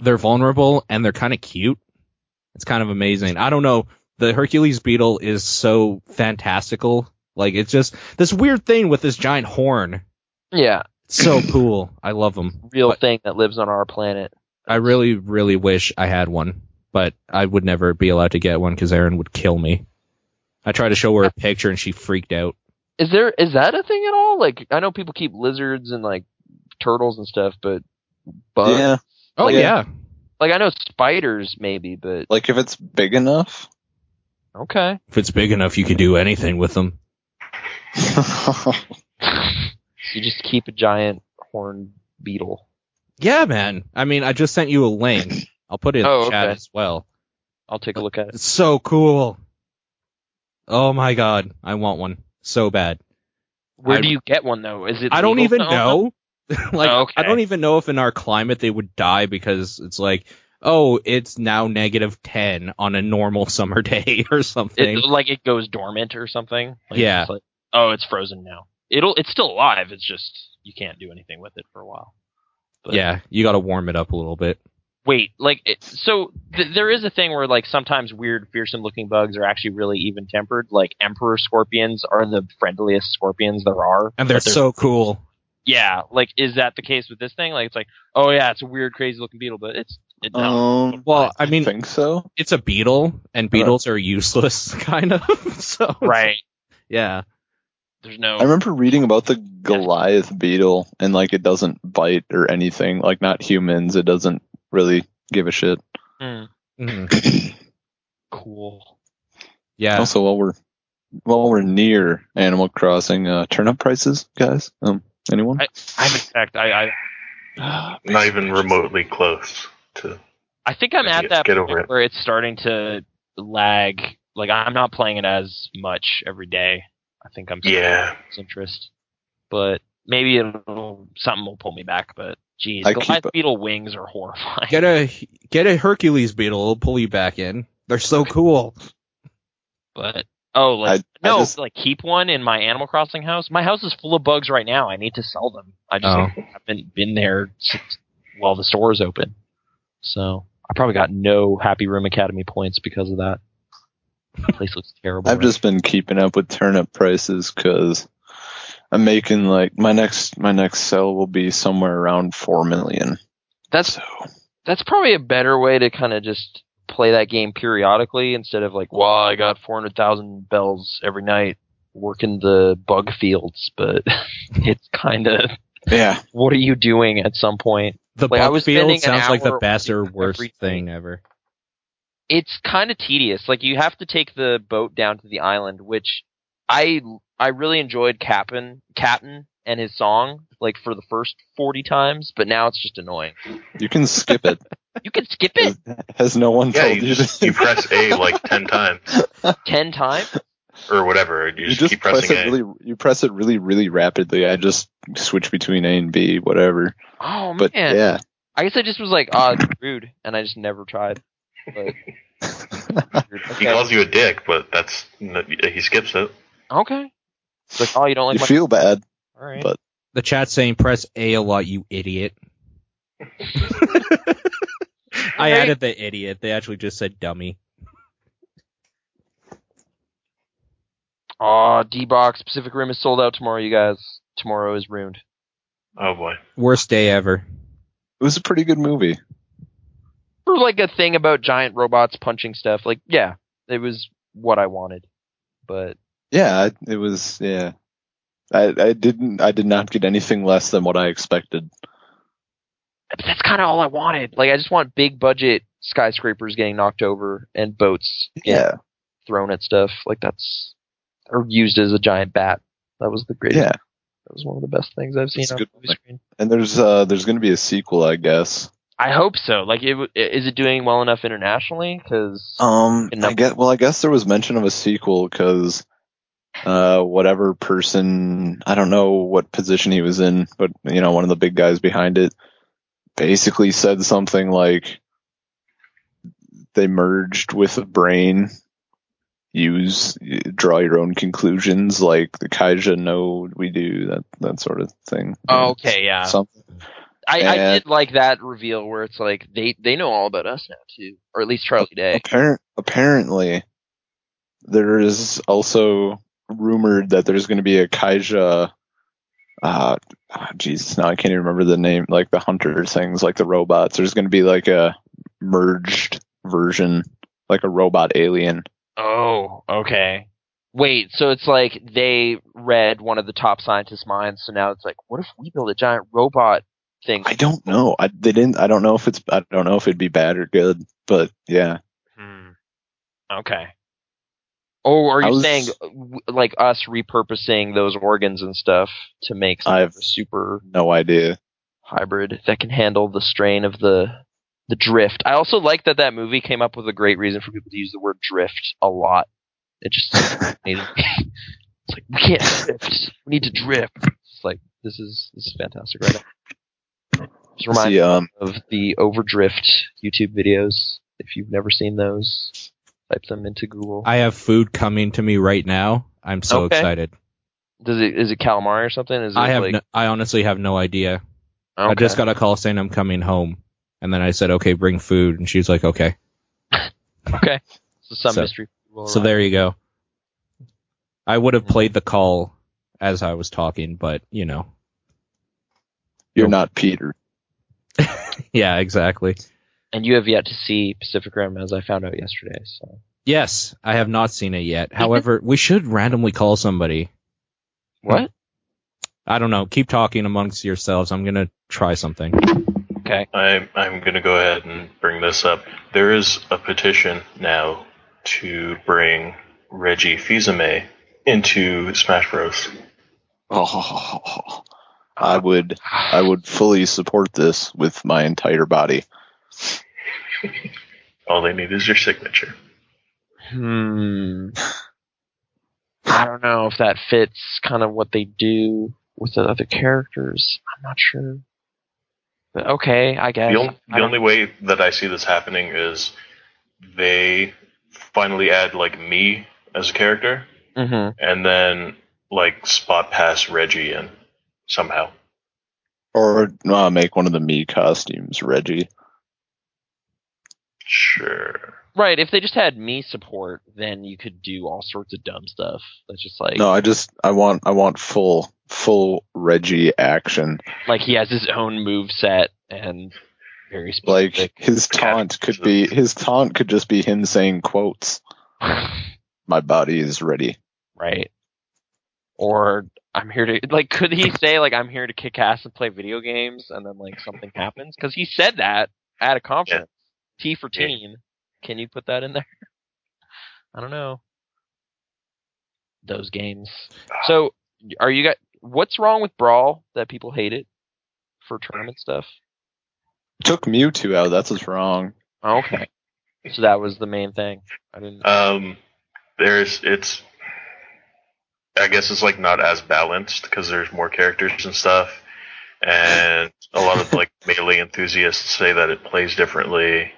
They're vulnerable and they're kind of cute. It's kind of amazing. I don't know. The Hercules beetle is so fantastical. Like it's just this weird thing with this giant horn.
Yeah,
It's so cool. I love them.
real
But-
thing that lives on our planet.
I really, really wish I had one, but I would never be allowed to get one because Erin would kill me. I tried to show her a picture and she freaked out.
Is there is that a thing at all? Like I know people keep lizards and like turtles and stuff, but bugs.
yeah,
Oh
Like-
yeah.
Like I know spiders maybe, but
like if it's big enough.
okay.
If it's big enough, you can do anything with them.
um,
you just keep a giant horn beetle.
Yeah, man. I mean, I just sent you a link. I'll put it in
Oh,
the chat
okay.
as well.
I'll take a look at it.
It's so cool. Oh my god, I want one so bad.
Where
I-
do you get one though? Is it?
I don't
legal
even
to own them?
know. like,
Oh, Okay.
I don't even know if in our climate they would die because it's like, oh, it's now negative ten on a normal summer day or something.
It, like it goes dormant or something. Like,
Yeah.
it's like, oh, it's frozen now. It'll. It's still alive. It's just you can't do anything with it for a while. but-
yeah, you got to warm it up a little bit.
Wait, like it, so th- there is a thing where like sometimes weird, fearsome-looking bugs are actually really even-tempered. Like emperor scorpions are the friendliest scorpions there are,
And they're
but
so cool.
yeah. Like, is that the case with this thing? Like, it's like, oh yeah, it's a weird, crazy-looking beetle, but it's it, no.
um,
Well, I mean,
think so.
it's a beetle, and beetles are useless, kind of. so
right.
Yeah.
There's no.
I remember reading about the Goliath beetle and like it doesn't bite or anything. Like not humans, it doesn't really give a shit.
Hmm,
Mhm.
cool.
Yeah.
Also, while we're while we're near Animal Crossing, uh, turn up prices, guys. Um, anyone?
I'm in fact, I I,
Not even remotely close to.
I think I'm
Yeah,
at that
get
point
over it.
where it's starting to lag. Like I'm not playing it as much every day. I think I'm
Yeah.
its interest. But maybe it'll something will pull me back. But geez,
I
Goliath
keep-
beetle wings are horrifying.
Get a get a Hercules beetle. It'll pull you back in. They're so cool.
but oh, like
I- I
no,
just-
like keep one in my Animal Crossing house. My house is full of bugs right now. I need to sell them. I just
Oh.
haven't been there since while the store is open. So I probably got no Happy Room Academy points because of that. The place looks terrible.
I've
right
just been keeping up with turnip prices because I'm making like my next my next sell will be somewhere around four million.
That's
So
that's probably a better way to kind of just play that game periodically instead of like, well, I got 400,000 bells every night working the bug fields, but it's kind of
yeah,
what are you doing at some point?
The
Like, I
bug
was
field
spending an
sounds like the
hour
best or
watching
worst
everything.
thing ever.
It's kind of tedious. Like you have to take the boat down to the island, which I I really enjoyed Captain Captain and his song like for the first 40 times, but now it's just annoying.
you can skip it.
You can skip it
Has no one
Yeah,
told
you
you,
just
that?
you press A like ten times
ten times.
or whatever. You
You
just,
just
keep
press
pressing
it
A.
really. You press it really, really rapidly. I just switch between A and B, whatever.
Oh
But
man.
yeah,
I guess I just was like, ah, rude, and I just never tried. But Weird.
He
okay,
calls you a dick, but that's he skips it.
okay. It's like, oh, you don't like
you
my.
feel bad.
All right.
but-
The chat's saying press A a lot, you idiot. I added the idiot. They actually just said dummy.
Aw, D box Pacific Rim is sold out tomorrow, you guys. Tomorrow is ruined.
Oh boy.
Worst day ever.
It was a pretty good movie.
For like a thing about giant robots punching stuff, like yeah, it was what I wanted. But
Yeah, I- it was. Yeah, I, I didn't. I did not get anything less than what I expected.
but that's kind of all I wanted. Like I just want big budget skyscrapers getting knocked over and boats getting
Yeah,
thrown at stuff. Like that's or used as a giant bat. That was the greatest.
yeah.
That was one of the best things I've seen
That's a
on
good
the movie
point.
screen.
And there's uh there's gonna be a sequel, I guess.
I hope so. Like, it, w- is it doing well enough internationally? Because
Um,
Enough.
I guess. Well, I guess there was mention of a sequel because uh whatever person I don't know what position he was in, but you know one of the big guys behind it basically said something like they merged with a brain. Use draw your own conclusions, like the Kaija know we do that that sort of thing.
Oh, okay, yeah,
Something.
I, I
and-
did like that reveal where it's like they they know all about us now too, or at least Charlie Day.
Appar- apparently, there is also rumored that there's going to be a Kaija. Uh, ah, Jesus, now I can't even remember the name. Like the hunter things, like the robots. There's going to be like a merged version, like a robot alien.
Oh, okay. Wait, so it's like they read one of the top scientists' minds, so now it's like, what if we build a giant robot thing?
I don't know. I they didn't. I don't know if it's. I don't know if it'd be bad or good. But yeah,
Hmm. Okay. Oh, are
I
you
was-
saying uh, w- like us repurposing those organs and stuff to make some
I've-
super
no idea.
hybrid that can handle the strain of the the drift. I also like that that movie came up with a great reason for people to use the word drift a lot. It just it's like we can't drift. We need to drift. It's like this is this is fantastic right now. Just remind
See, um,
me of the overdrift YouTube videos. If you've never seen those, type them into Google.
I have food coming to me right now. I'm so
Okay.
excited.
Does it is it calamari or something? Is it
I have.
like
no, I honestly have no idea. I
okay.
just got a call saying I'm coming home, and then I said, "Okay, bring food," and she's like, "Okay."
okay. So some
So-
mystery. will
So
arrive.
there you go. I would have
Mhm.
played the call as I was talking, but you know,
you're not Peter.
yeah, exactly.
And you have yet to see Pacific Rim, as I found out yesterday. So
Yes, I have not seen it yet. However, we should randomly call somebody.
what?
I don't know. Keep talking amongst yourselves. I'm gonna try something.
Okay.
I'm I'm gonna go ahead and bring this up. There is a petition now to bring Reggie Fils-Aimé into Smash Bros.
Oh, I would. I would fully support this with my entire body.
All they need is your signature.
Hmm. I don't know if that fits kind of what they do with the other characters. I'm not sure. But okay, I guess.
The, on-
I
the
don't-
only way that I see this happening is they finally add like me as a character,
Mhm.
and then like spot pass Reggie in somehow.
Or uh, make one of the me costumes, Reggie.
Sure.
Right. If they just had me support, then you could do all sorts of dumb stuff. That's just like
No, I just I want I want full full Reggie action.
like he has his own move set and very
Like
specific.
his taunt could be his taunt could just be him saying quotes. My body is ready.
right? Or I'm here to like, could he say like I'm here to kick ass and play video games, and then like something happens? Because he said that at a conference. T for
Yeah.
teen. Can you put that in there? I don't know. Those games. So, are you guys? What's wrong with Brawl that people hate it for tournament stuff?
Took Mewtwo out. That's what's wrong.
Okay. So that was the main thing. I didn't.
Um, there's it's. I guess it's like not as balanced because there's more characters and stuff, and a lot of like melee enthusiasts say that it plays differently.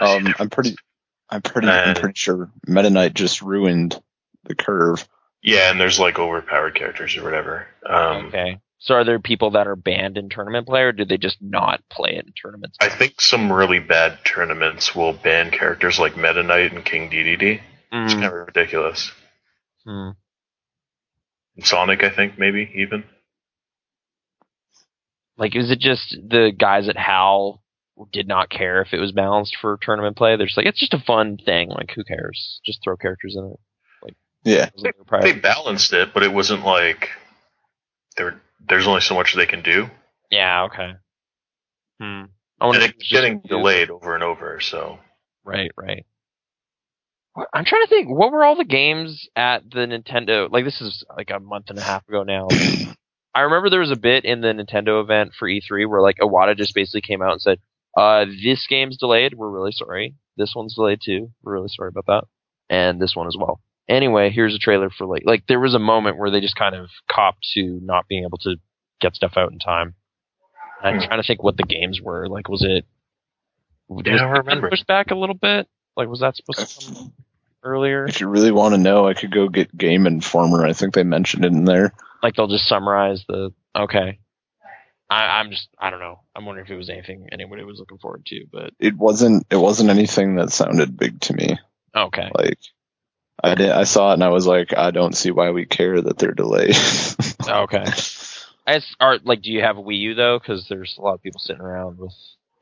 And I don't really see
Um,
a
I'm pretty. I'm pretty. I'm
Uh,
pretty sure Meta Knight just ruined the curve.
Yeah, and there's like overpowered characters or whatever. Um,
okay. So are there people that are banned in tournament play, or do they just not play it in tournaments?
I think some really bad tournaments will ban characters like Meta Knight and King DDD. It's
Mm,
kind of ridiculous.
hmm.
And Sonic, I think, maybe even.
Like, is it just the guys at Hal did not care if it was balanced for tournament play? They're just like, it's just a fun thing. Like, who cares? Just throw characters in it.
Yeah.
It was their priority.
They balanced it, but it wasn't like there. There's only so much they can do,
Yeah. Okay. Hmm. I
and
wonder if
it's
it's just
getting
used-
delayed over and over. So
Right. Right. What- I'm trying to think. What were all the games at the Nintendo? Like, this is like a month and a half ago now. I remember there was a bit in the Nintendo event for E3 where like Iwata just basically came out and said, "Uh, this game's delayed. We're really sorry. This one's delayed too. We're really sorry about that, and this one as well." Anyway, here's a trailer for like like there was a moment where they just kind of copped to not being able to get stuff out in time. And I'm
Hmm.
trying to think what the games were. Like, was it? was
Yeah, I don't
Pikmin
remember.
Pushed back a little bit. Like, was that supposed to come earlier?
If you really want to know, I could go get Game Informer. I think they mentioned it in there.
like they'll just summarize the okay. I, I'm just I don't know. I'm wondering if it was anything anybody was looking forward to, but
It wasn't. It wasn't anything that sounded big to me.
okay.
Like I did. I saw it and I was like, I don't see why we care that they're delayed.
Okay. As are like, do you have a Wii U though? Because there's a lot of people sitting around with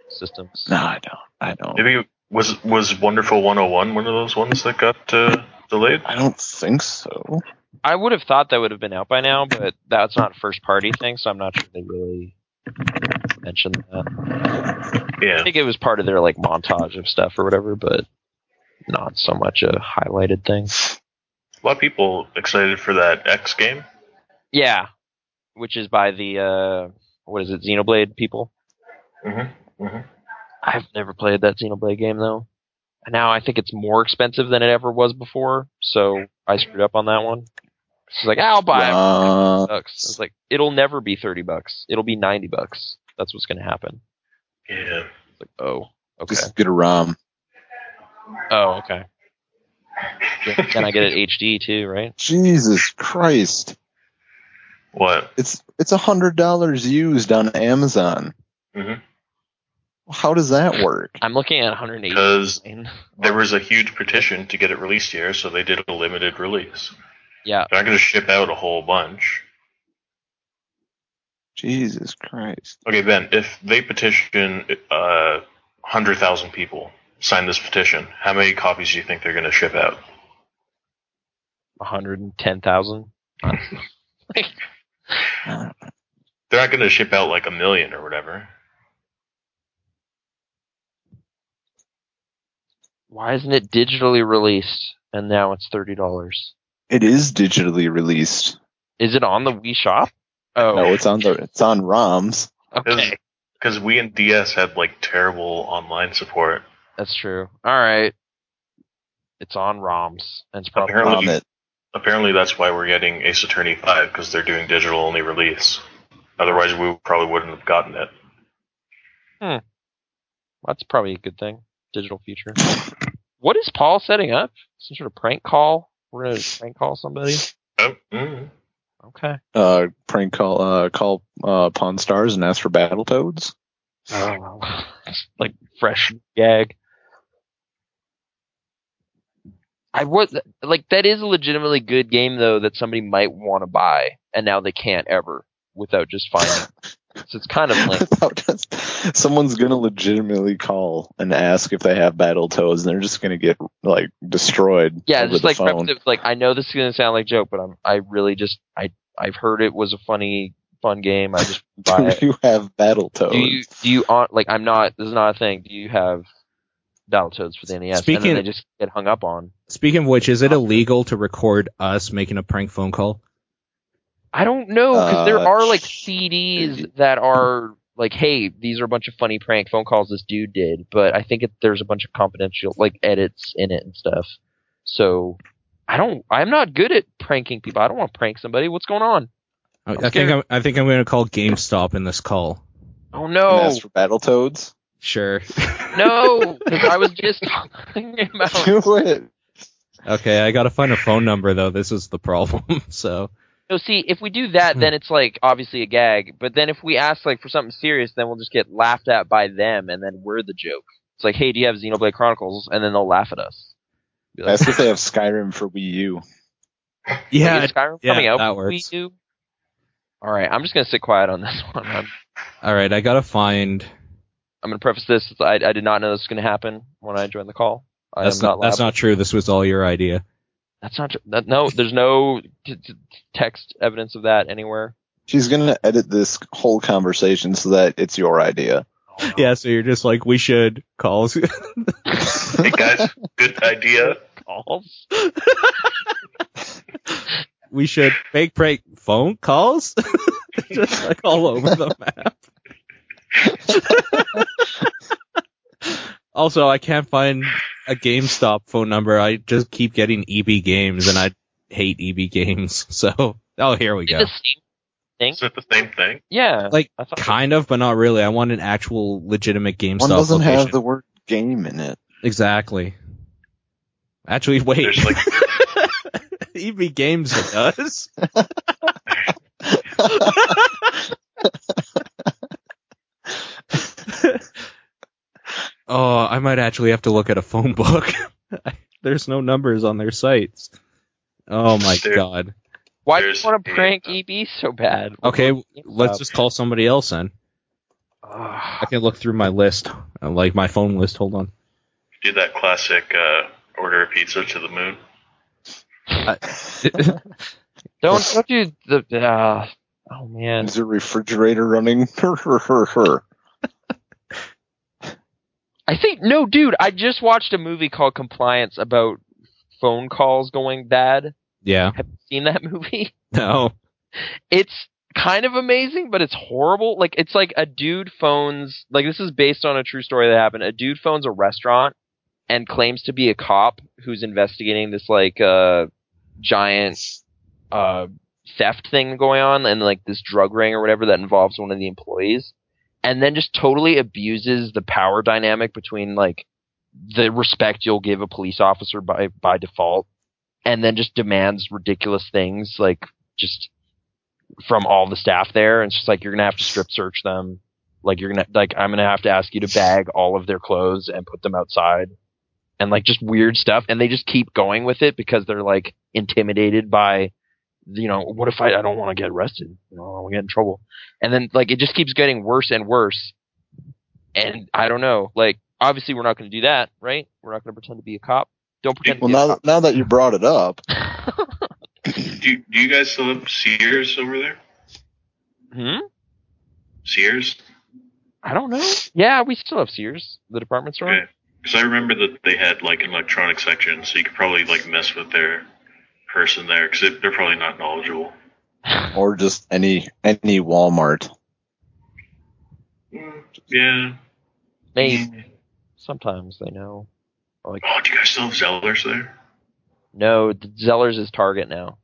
systems.
no, I don't. I don't.
maybe was was Wonderful 101 one of those ones that got uh, delayed?
I don't think so.
I would have thought that would have been out by now, but that's not a first party thing, so I'm not sure they really mentioned that. I
Yeah,
think it was part of their like montage of stuff or whatever, but not so much a highlighted thing.
a lot of people excited for that X game.
Yeah, which is by the uh, what is it, Xenoblade people?
Mm-hmm. Mm-hmm.
I've never played that Xenoblade game though. And Now I think it's more expensive than it ever was before, so I screwed up on that one. She's like, I'll buy it.
Uh,
for Bucks. It's like it'll never be thirty bucks. It'll be ninety bucks. That's what's gonna happen.
Yeah.
It's like, oh, okay,
just get a ROM.
oh, okay. Yeah, then I get it HD too, right?
Jesus Christ!
What?
It's it's a hundred dollars used on Amazon.
Mhm.
How does that work?
I'm looking at 180.
Because there was a huge petition to get it released here, so they did a limited release.
Yeah,
They're not going to ship out a whole bunch.
Jesus Christ!
Okay, Ben, if they petition uh, 100,000 people sign this petition, how many copies do you think they're going to ship out?
110,000.
Uh,
They're not going to ship out like a million or whatever.
Why isn't it digitally released and now it's thirty dollars?
It is digitally released.
Is it on the Wii Shop? Oh,
No, it's on the it's on ROMs.
okay.
Because we and DS had like terrible online support.
That's true. All right. It's on ROMs. And it's probably
Apparently-
ROM Um, it.
Apparently, that's why we're getting Ace Attorney 5, because they're doing digital only release. Otherwise, we probably wouldn't have gotten it.
that's probably a good thing. Digital future. What is Paul setting up? Some sort of prank call? We're gonna prank call somebody.
Oh, mm.
Okay.
Uh, prank call uh call uh Pawn Stars and ask for Battletoads.
like fresh gag. I was like that is a legitimately good game though that somebody might want to buy and now they can't ever without just finding. it. so it's kind of like
Someone's gonna legitimately call and ask if they have Battletoads, and they're just gonna get like destroyed.
Yeah,
over
just
the
like
phone.
repetitive. Like I know this is gonna sound like a joke, but I'm I really just I I've heard it was a funny fun game. I just buy
Do
it.
you have Battletoads?
Do you do you on like I'm not this is not a thing. Do you have Battletoads for the E NES? and
Speaking-
then they just get hung up on.
Speaking of which, is it illegal to record us making a prank phone call?
I don't know because there
Uh,
are like
sh-
CDs that are like, hey, these are a bunch of funny prank phone calls this dude did, but I think it, there's a bunch of confidential like edits in it and stuff. So I don't. I'm not good at pranking people. I don't want to prank somebody. What's going on?
I,
I'm
I
scared.
think I'm, I think I'm going to call GameStop in this call.
Oh
Oh.
no,
Master Battletoads.
Sure.
no! I was just talking about.
Do it.
Okay, I got to find a phone number though. This is the problem. So
No, see, if we do that, then it's like obviously a gag. But then if we ask like for something serious, then we'll just get laughed at by them, and then we're the joke. It's like, hey, do you have Xenoblade Chronicles? And then they'll laugh at us. Be like,
That's if they have Skyrim for Wii U.
yeah,
is Skyrim
yeah,
coming out?
that
for
works.
Wii U? All right, I'm just gonna sit quiet on this one. I'm,
all right. I got to find.
I'm gonna preface this. with I, I did not know this was gonna happen when I joined the call. I
That's
am
not,
not.
that's
lab-
not true. This was all your idea.
That's not. tr- That, no, there's no t- t- text evidence of that anywhere.
She's gonna edit this whole conversation so that it's your idea.
Yeah, so you're just like we should call.
Hey guys, good idea.
Calls.
we should make prank phone calls. just like all over the map. also, I can't find a GameStop phone number. I just keep getting EB Games, and I hate EB Games. So, oh, here we go.
The same thing.
Is it the same thing?
Yeah.
Like,
I thought-
Kind of, but not really. I want an actual legitimate GameStop
One doesn't
location.
have the word game in it.
exactly. Actually, wait.
There's like
EB Games it does. oh, I might actually have to look at a phone book. There's no numbers on their sites. Oh my
There-
god.
Why do you
There's
want to
a-
prank EB so bad?
Okay, let's
Stop.
just call somebody else then. I
Ugh.
can look through my list, uh, like my phone list. Hold on.
do that classic uh, order a pizza to the moon.
Don't don't do the. Uh, oh man.
Is your refrigerator running?
I think no, dude. I just watched a movie called Compliance about phone calls going bad.
Yeah.
Have you seen that movie?
No.
It's kind of amazing, but it's horrible. Like it's like a dude phones. Like this is based on a true story that happened. A dude phones a restaurant and claims to be a cop who's investigating this like uh giant uh theft thing going on and like this drug ring or whatever that involves one of the employees and then just totally abuses the power dynamic between like the respect you'll give a police officer by by default and then just demands ridiculous things like just from all the staff there and it's just like you're going to have to strip search them like you're going to like I'm going to have to ask you to bag all of their clothes and put them outside and like just weird stuff and they just keep going with it because they're like intimidated by you know what if I I don't want to get arrested you know I don't want to get in trouble and then like it just keeps getting worse and worse and I don't know like obviously we're not going to do that right we're not going to pretend to be a cop don't pretend
well,
to be a
now
cop.
that, now that you brought it up,
Do do you guys still have Sears over there?
hmm?
Sears?
I don't know. Yeah, we still have Sears, the department store.
Okay. Because I remember that they had like an electronic section, so you could probably like mess with their person there because they're probably not knowledgeable.
or just any any Walmart.
Mm, Yeah.
They
Mm-hmm.
sometimes they know. Like
Oh, do you guys still have Zellers there?
no, the Zellers is Target now.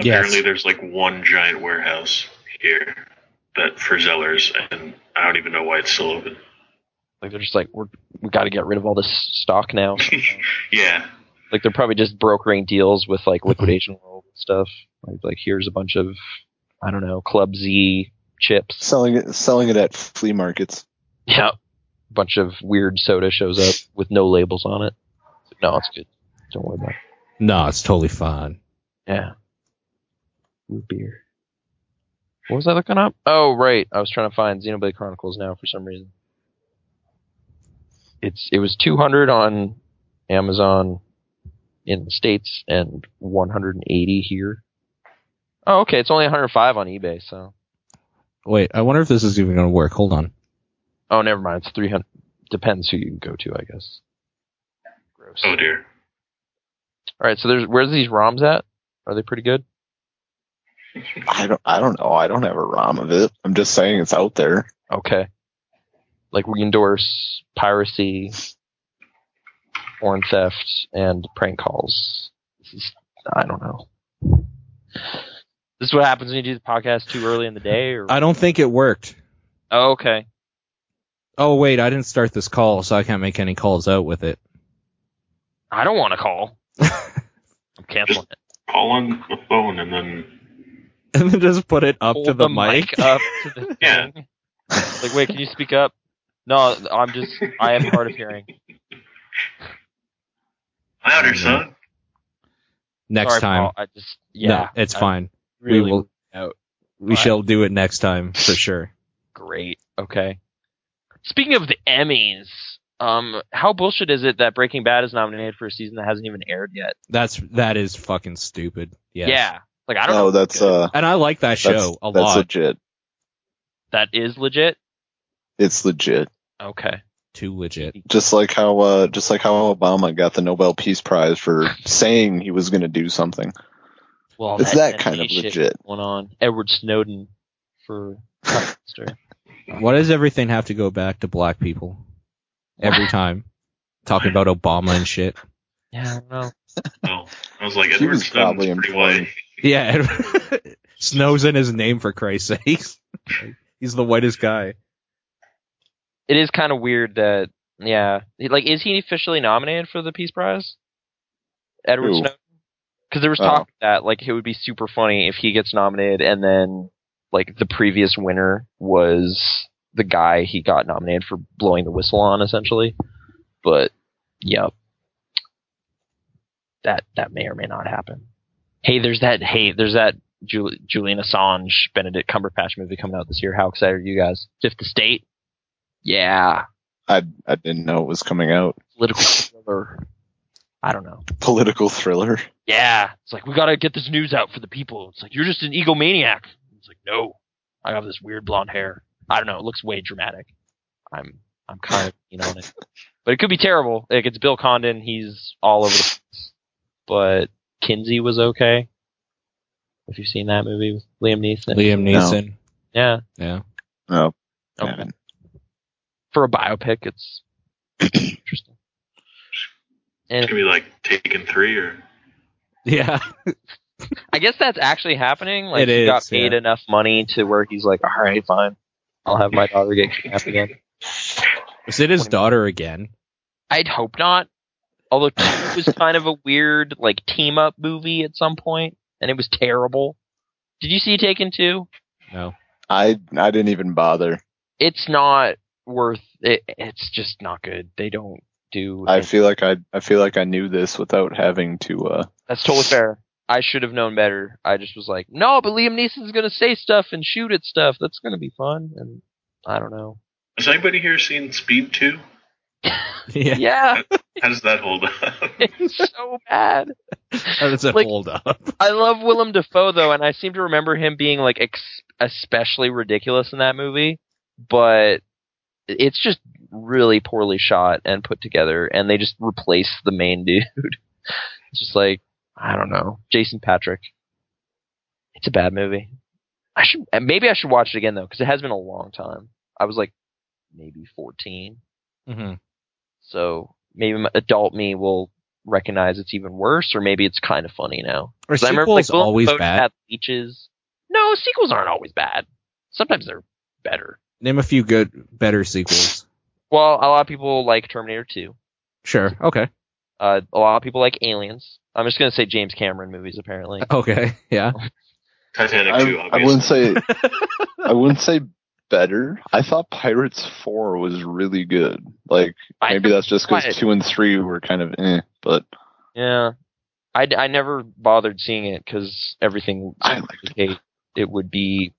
Yes.
Apparently, there's like one giant warehouse here that for Zellers, and I don't even know why it's still open.
Like they're just like we're we got to get rid of all this stock now.
yeah.
like they're probably just brokering deals with like liquidation world and stuff. Like like here's a bunch of I don't know Club Z chips.
Selling it selling it at flea markets.
Yeah, bunch of weird soda shows up with no labels on it. No, it's good. Don't worry about it.
No, it's totally fine.
Yeah. Root beer. What was I looking up? Oh, right. I was trying to find Xenoblade Chronicles now for some reason. It's it was 200 on Amazon in the states and 180 here. Oh, okay. It's only 105 on eBay. So,
Wait, I wonder if this is even going to work. Hold on.
oh, never mind. It's 300. Depends who you go to, I guess. Gross.
Oh
All
dear.
right. So there's where's these ROMs at? Are they pretty good?
I don't. I don't know. I don't have a ROM of it. I'm just saying it's out there.
Okay. Like we endorse piracy, foreign theft, and prank calls. This is I don't know. This is what happens when you do the podcast too early in the day, or
I don't think it worked.
oh, okay.
Oh wait, I didn't start this call, so I can't make any calls out with it.
I don't want to call. I'm canceling it.
Call on the phone and then
And then just put it up
Hold
to the, mic.
up to the
Yeah.
thing. Like, wait, can you speak up? No, I'm just I am hard of hearing.
louder, son.
next
Sorry,
time.
Paul, I just yeah.
no, it's
I
fine.
Really
we will.
out.
We
Right.
shall do it next time for sure.
great. Okay. Speaking of the Emmys, um, how bullshit is it that Breaking Bad is nominated for a season that hasn't even aired yet?
That's that is fucking stupid. Yes.
Yeah. Like I don't know.
No, that's uh,
And I like that show
that's,
a
that's
lot.
legit.
That is legit.
It's legit.
Okay.
Too legit.
Just like how uh, just like how Obama got the Nobel Peace Prize for saying he was going to do something.
Well,
It's that kind
Nazi
of
shit
legit.
Going on. Edward Snowden for Prime Minister.
Why does everything have to go back to black people every time? Talking about Obama and shit.
Yeah, I don't know.
Oh, I was like,
He
Edward
was
Snowden's
probably
pretty
employed.
white.
Yeah, Snow's in his name for Christ's sake. He's the whitest guy.
It is kind of weird that yeah, like is he officially nominated for the Peace Prize? Edward
Who?
Snowden. Because there was
Oh.
talk that like it would be super funny if he gets nominated and then like the previous winner was the guy he got nominated for blowing the whistle on essentially. But yeah, that that may or may not happen. Hey, there's that. Hey, there's that Jul- Julian Assange Benedict Cumberbatch movie coming out this year. How excited are you guys? Fifth Estate. Yeah,
I I didn't know it was coming out.
political thriller. I don't know.
Political thriller.
yeah, it's like we gotta get this news out for the people. It's like you're just an egomaniac. It's like no, I have this weird blonde hair. I don't know. It looks way dramatic. I'm I'm kind of keen on it, but it could be terrible. Like it's Bill Condon. He's all over the place. But Kinsey was okay. If you've seen that movie with Liam Neeson,
Liam Neeson.
yeah,
Yeah.
Oh,
Okay.
man.
for a biopic, it's interesting.
It's
And
gonna be like Taken Three or
Yeah.
I guess that's actually happening. Like
It
he got
is,
paid
yeah.
enough money to where he's like, all right, fine, I'll have my daughter get kidnapped again.
Was it his daughter again?
I'd hope not. Although two was kind of a weird like team up movie at some point, and it was terrible. Did you see Taken Two?
No.
I I didn't even bother.
It's not worth it. It's just not good. They don't do.
I
it.
feel like I I feel like I knew this without having to. Uh,
That's totally fair. I should have known better. I just was like, no, but Liam Neeson's gonna say stuff and shoot at stuff. That's gonna be fun. And I don't know.
has anybody here seen Speed Two?
Yeah.
Yeah.
How does that hold up?
it's so bad.
That's a
Like-
hold up.
I love Willem Dafoe though, and I seem to remember him being like ex- especially ridiculous in that movie. But it's just really poorly shot and put together, and they just replace the main dude. it's just like I don't know, Jason Patrick. It's a bad movie. I should and maybe I should watch it again though, because it has been a long time. I was like maybe fourteen,
Mhm.
so maybe my adult me will recognize it's even worse, or maybe it's kind of funny now.
Or
Because I remember like
sequels
Willem
always
Dafoe
bad.
Had leeches. No, sequels aren't always bad. Sometimes they're better.
Name a few good, better sequels.
Well, a lot of people like Terminator 2.
Sure. Okay.
Uh, a lot of people like Aliens. I'm just gonna say James Cameron movies. Apparently,
Okay. Yeah.
Titanic
I,
Two,
I wouldn't
obviously.
say I wouldn't say better. I thought Pirates Four was really good. Like
I
maybe that's just
tried.
because two and three were kind of eh, but
yeah, I, I never bothered seeing it because everything
I liked it.
indicate it would be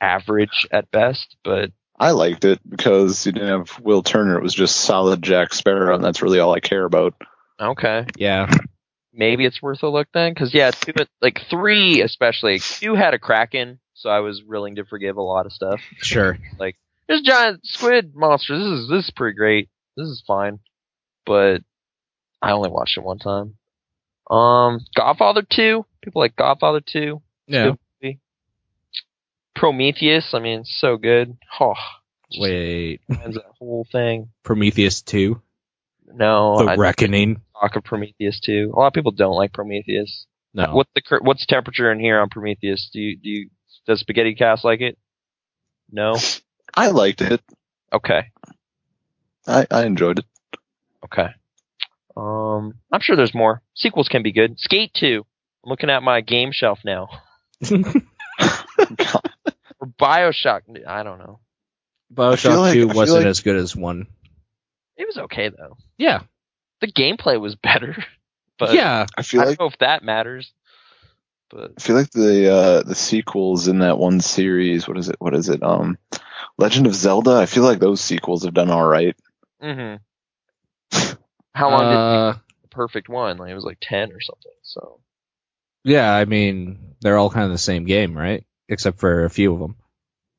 average at best. But
I liked it because you didn't have Will Turner. It was just solid Jack Sparrow, and that's really all I care about.
okay,
Yeah.
maybe it's worth a look then. Because yeah, two, like three especially. Two had a Kraken, so I was willing to forgive a lot of stuff.
Sure.
this giant squid monster. This is this is pretty great. This is fine, but I only watched it one time. Um, Godfather Two. People like Godfather Two.
Yeah.
Prometheus. I mean, it's so good. Oh, just
Wait,
ends that whole thing.
Prometheus two,
No,
The
I
Reckoning.
talk of Prometheus too. A lot of people don't like Prometheus.
No,
What's the cur- what's the temperature in here on Prometheus? Do you do you, does Spaghetti Cast like it? No.
I liked it.
Okay.
I, I enjoyed it.
Okay. Um, I'm sure there's more. Sequels can be good. Skate 2. I'm looking at my game shelf now. Or Bioshock. I don't know.
Bioshock
like- I
two
feel
wasn't
like-
as good as one.
It was okay though.
Yeah,
The gameplay was better, but
yeah.
I
I
feel
don't
like
know if that matters. But
I feel like the uh, the sequels in that one series. What is it? What is it? Um, Legend of Zelda. I feel like those sequels have done all right.
hmm Mm-hmm. how long did it
Uh,
take the perfect one? Like it was like ten or something. So
yeah, I mean they're all kind of the same game, right? Except for a few of them.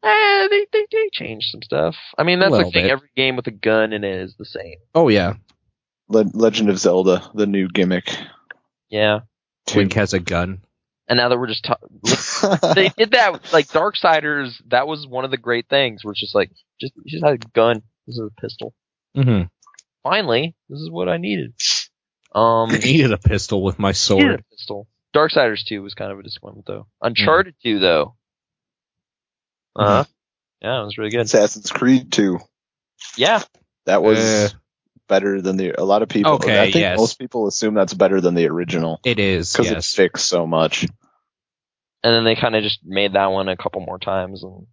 eh, they, they they changed some stuff. I mean
A
that's the
little
thing.
bit.
Every game with a gun in it is the same.
Oh yeah,
Le- Legend of Zelda, the new gimmick.
Yeah.
Two.
Twink has a gun.
And now that we're just ta- they did that with, like Darksiders, that was one of the great things where it's just like just you just had a gun. This is a pistol.
Mm-hmm.
Finally, this is what I needed. Um
Needed a pistol with my
I needed
sword.
a pistol. Darksiders two was kind of a disappointment though. Uncharted two though. Uh huh. Yeah, it was really good.
Assassin's Creed Two.
Yeah.
That was
Uh,
better than the. A lot of people.
Okay,
I think
yes.
most people assume that's better than the original
it is
because
yes.
it fixed so much.
And then they kinda just made that one a couple more times and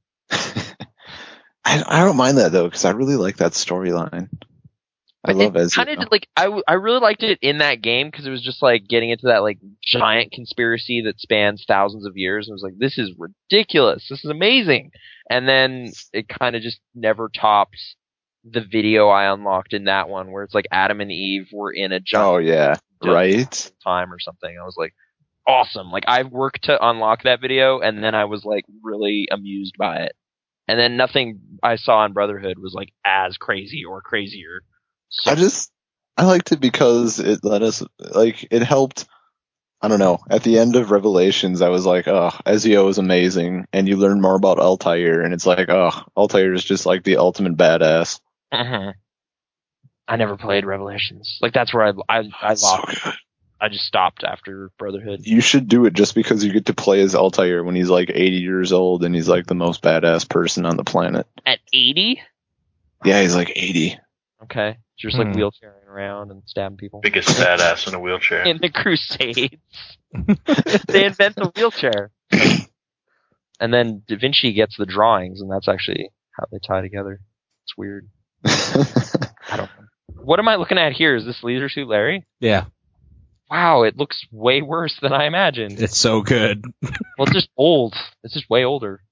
I, I don't mind that though because I really like that storyline. I love
it.
Ezra.
Kind of like I, w- I really liked it in that game because it was just like getting into that like giant conspiracy that spans thousands of years. And it was like, this is ridiculous. This is amazing. And then it kind of just never tops the video I unlocked in that one where it's like Adam and Eve were in a giant
oh yeah,
Yeah.
right.
time or something. I was like, awesome. Like I worked to unlock that video and then I was like really amused by it. And then nothing I saw in Brotherhood was like as crazy or crazier. So
I just I liked it because it let us like it helped. I don't know. At the end of Revelations, I was like, "Oh, Ezio is amazing," and you learn more about Altair, and it's like, "Oh, Altair is just like the ultimate badass."
hmm I never played Revelations. Like that's where I I, I lost.
So good.
I just stopped after Brotherhood.
You should do it just because you get to play as Altair when he's like 80 years old and he's like the most badass person on the planet.
At eighty,
Yeah, he's like 80.
okay, just like
Hmm.
wheelchairing around and stabbing people.
Biggest badass in a wheelchair.
In the Crusades, they invent the wheelchair, and then Da Vinci gets the drawings, and that's actually how they tie together. It's weird. I don't. know. What am I looking at here? Is this Leisure Suit Larry?
Yeah,
Wow, it looks way worse than I imagined.
it's so good.
Well, it's just old. It's just way older.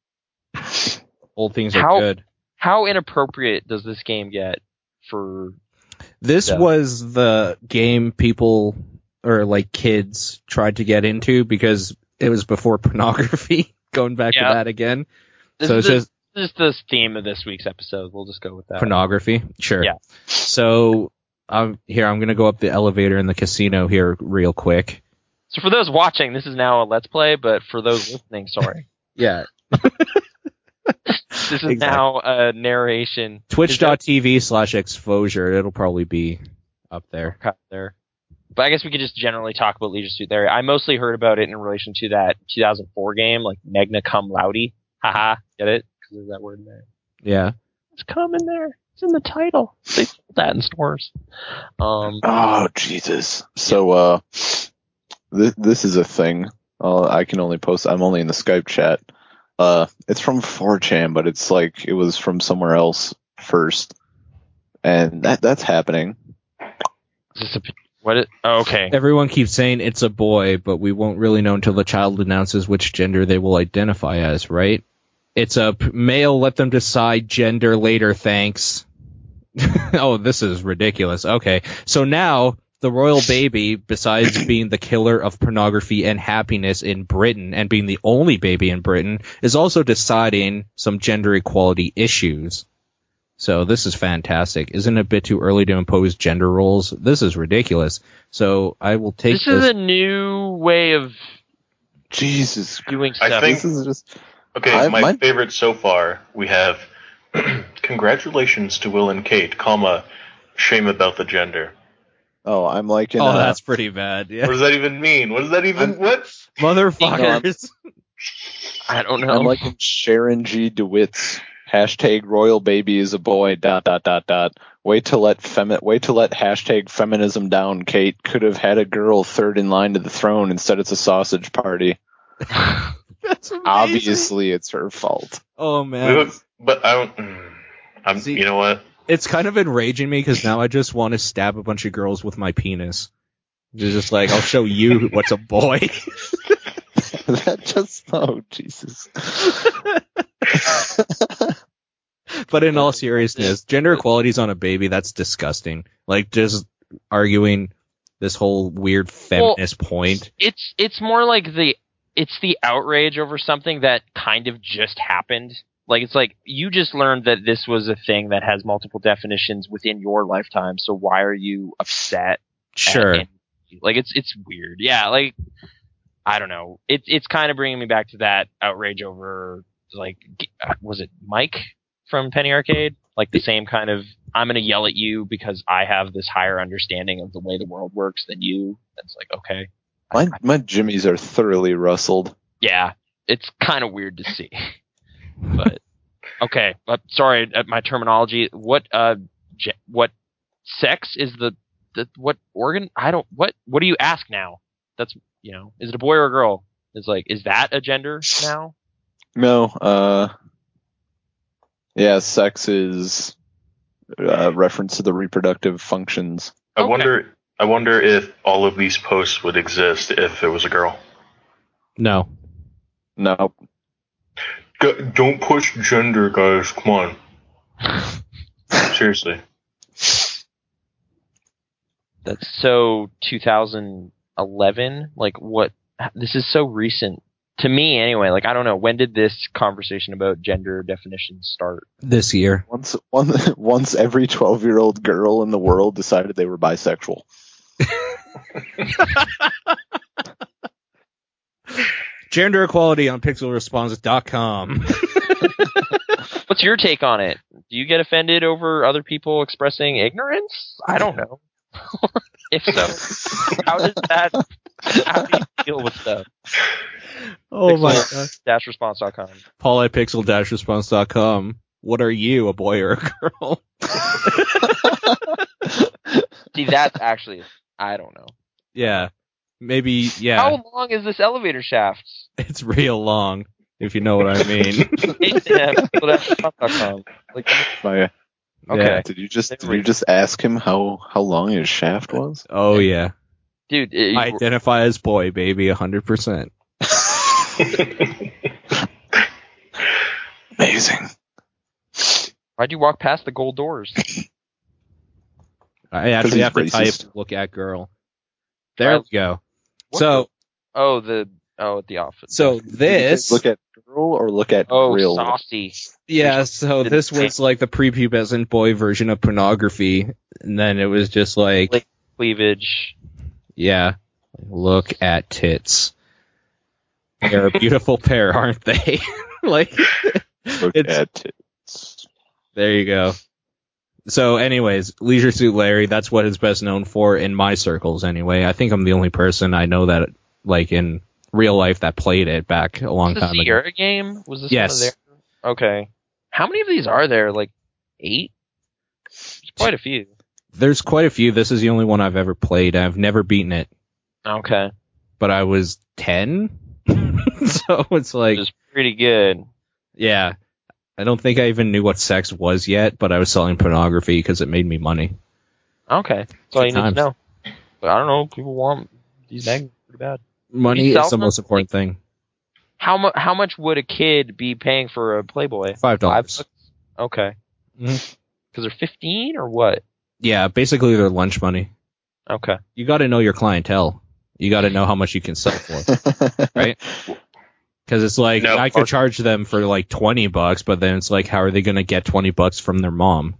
Old things are
How-
good.
how inappropriate does this game get for
This
Yeah.
was the game people or like kids tried to get into because it was before pornography. Going back
Yeah.
to that again,
this
so it's
is the,
just
this is the theme of this week's episode. We'll just go with that.
pornography. Sure.
Yeah.
So I'm here. I'm gonna go up the elevator in the casino here real quick.
So for those watching, this is now a let's play, but for those listening, sorry.
Yeah.
This is
Exactly.
now a narration. Is that
Twitch.tv slash exposure. It'll probably be up there.
cut there. But I guess we could just generally talk about Leisure Suit Larry. I mostly heard about it in relation to that 2004 game, like Magna Cum Laude. Haha, get it? Because there's that word in there.
Yeah.
It's cum in there. It's in the title. They sold that in stores. Um,
Oh Jesus! So uh, this this is a thing. Uh, I can only post. I'm only in the Skype chat. Uh, it's from 4chan, but it's like it was from somewhere else first, and that that's happening.
is this a, what? It, oh, okay.
Everyone keeps saying it's a boy, but we won't really know until the child announces which gender they will identify as, right? It's a p- male, let them decide gender later, thanks. oh, this is ridiculous. Okay. So now, the royal baby, besides being the killer of pornography and happiness in Britain and being the only baby in Britain, is also deciding some gender equality issues. So this is fantastic. Isn't it a bit too early to impose gender roles? This is ridiculous. So I will take
This
this.
is a new way of
Jesus!
doing stuff.
I think
This is just
Okay,
I-
my
mine-
favorite so far. We have congratulations to Will and Kate, comma shame about the gender.
Oh, I'm liking.
oh,
uh,
that's pretty bad.
What
Yeah,
does that even mean? What does that even
I'm-
what?
motherfuckers.
I don't know.
I'm liking Sharon G. Dewitt's hashtag Royal Baby is a boy. Dot dot dot dot. Way to let femi- Way to let hashtag feminism down. Kate could have had a girl third in line to the throne. Instead, it's a sausage party.
That's amazing.
Obviously, it's her fault.
Oh
We
man,
would- but I don't. mm, I'm.
See-
you know what?
it's kind of enraging me because now I just want to stab a bunch of girls with my penis. Just just like I'll show you what's a boy.
that just oh Jesus.
But in all seriousness, gender equality's on a baby, that's disgusting. Like just arguing this whole weird feminist point.
it's it's more like the it's the outrage over something that kind of just happened. Like it's like you just learned that this was a thing that has multiple definitions within your lifetime. So why are you upset? at
Sure.
any- like it's it's weird. Yeah. Like I don't know. It's it's kind of bringing me back to that outrage over like g- uh, was it Mike from Penny Arcade? Like the same kind of I'm gonna yell at you because I have this higher understanding of the way the world works than you. It's like okay.
my my jimmies are thoroughly rustled.
yeah, it's kind of weird to see. but okay, but sorry, uh, my terminology. What uh, ge- what sex is the, the what organ? I don't. What what do you ask now? That's you know, is it a boy or a girl? It's like, is that a gender now?
No, uh, yeah, sex is uh, reference to the reproductive functions.
I
Okay.
wonder. I wonder if all of these posts would exist if it was a girl.
No.
No,
G- don't push gender, guys. Come on. Seriously.
That's so 2011. Like what? This is so recent to me, anyway. Like I don't know when did this conversation about gender definitions start.
This year.
once one, once every twelve year old girl in the world decided they were bisexual.
Gender equality on pixelresponse.com.
What's your take on it? Do you get offended over other people expressing ignorance? I don't know. if so, how does that? How do you deal with stuff?
Oh my
Pixel-
god.
Dashresponse.com.
Paul at pixel response.com. What are you, a boy or a girl?
See, that's actually I don't know.
yeah. Maybe, yeah,
How long is this elevator shaft?
it's real long, if you know what I mean.
It's at pixeldashresponse.com. Like,
My,
okay,
Yeah.
did you just did
There we
you just ask him how how long his shaft was?
Oh yeah.
dude. it-
I identify as boy, baby, 100%.
Amazing.
why'd you walk past the gold doors?
I actually
he's
have to
racist.
type look at girl. There
Right.
we go.
What
So,
the- oh the oh at the office.
so
Did
this,
you look at girl or look at
oh
real?
saucy.
yeah, so this was like the prepubescent boy version of pornography, and then it was just like,
Like- cleavage.
yeah, look at tits. They're a beautiful pair, aren't they? like,
Look
it's-
at it.
There you go. So, anyways, Leisure Suit Larry, that's what it's best known for in my circles, anyway. I think I'm the only person I know that, like, in real life that played it back a long
Was the
time ago.
Sierra game? Was this
Yes.
one of their? Okay. How many of these are there? Like eight? There's quite a few.
There's quite a few. This is the only one I've ever played. I've never beaten it,
Okay.
but I was 10. so it's like,
Which is pretty good.
yeah. I don't think I even knew what sex was yet, but I was selling pornography because it made me money.
Okay. That's all you need
Times.
to know. But I don't know. People want these magnets pretty bad.
Money
You sell
is the
them?
most important thing.
How much? How much would a kid be paying for a Playboy?
Five
Five
dollars.
bucks? Okay.
Mhm.
Because they're fifteen or what?
Yeah, basically their lunch money.
Okay.
you got to know your clientele. You got to know how much you can sell for. Right? Because it's like
No,
I could
part-
charge them for like twenty bucks, but then it's like, how are they going to get twenty bucks from their mom?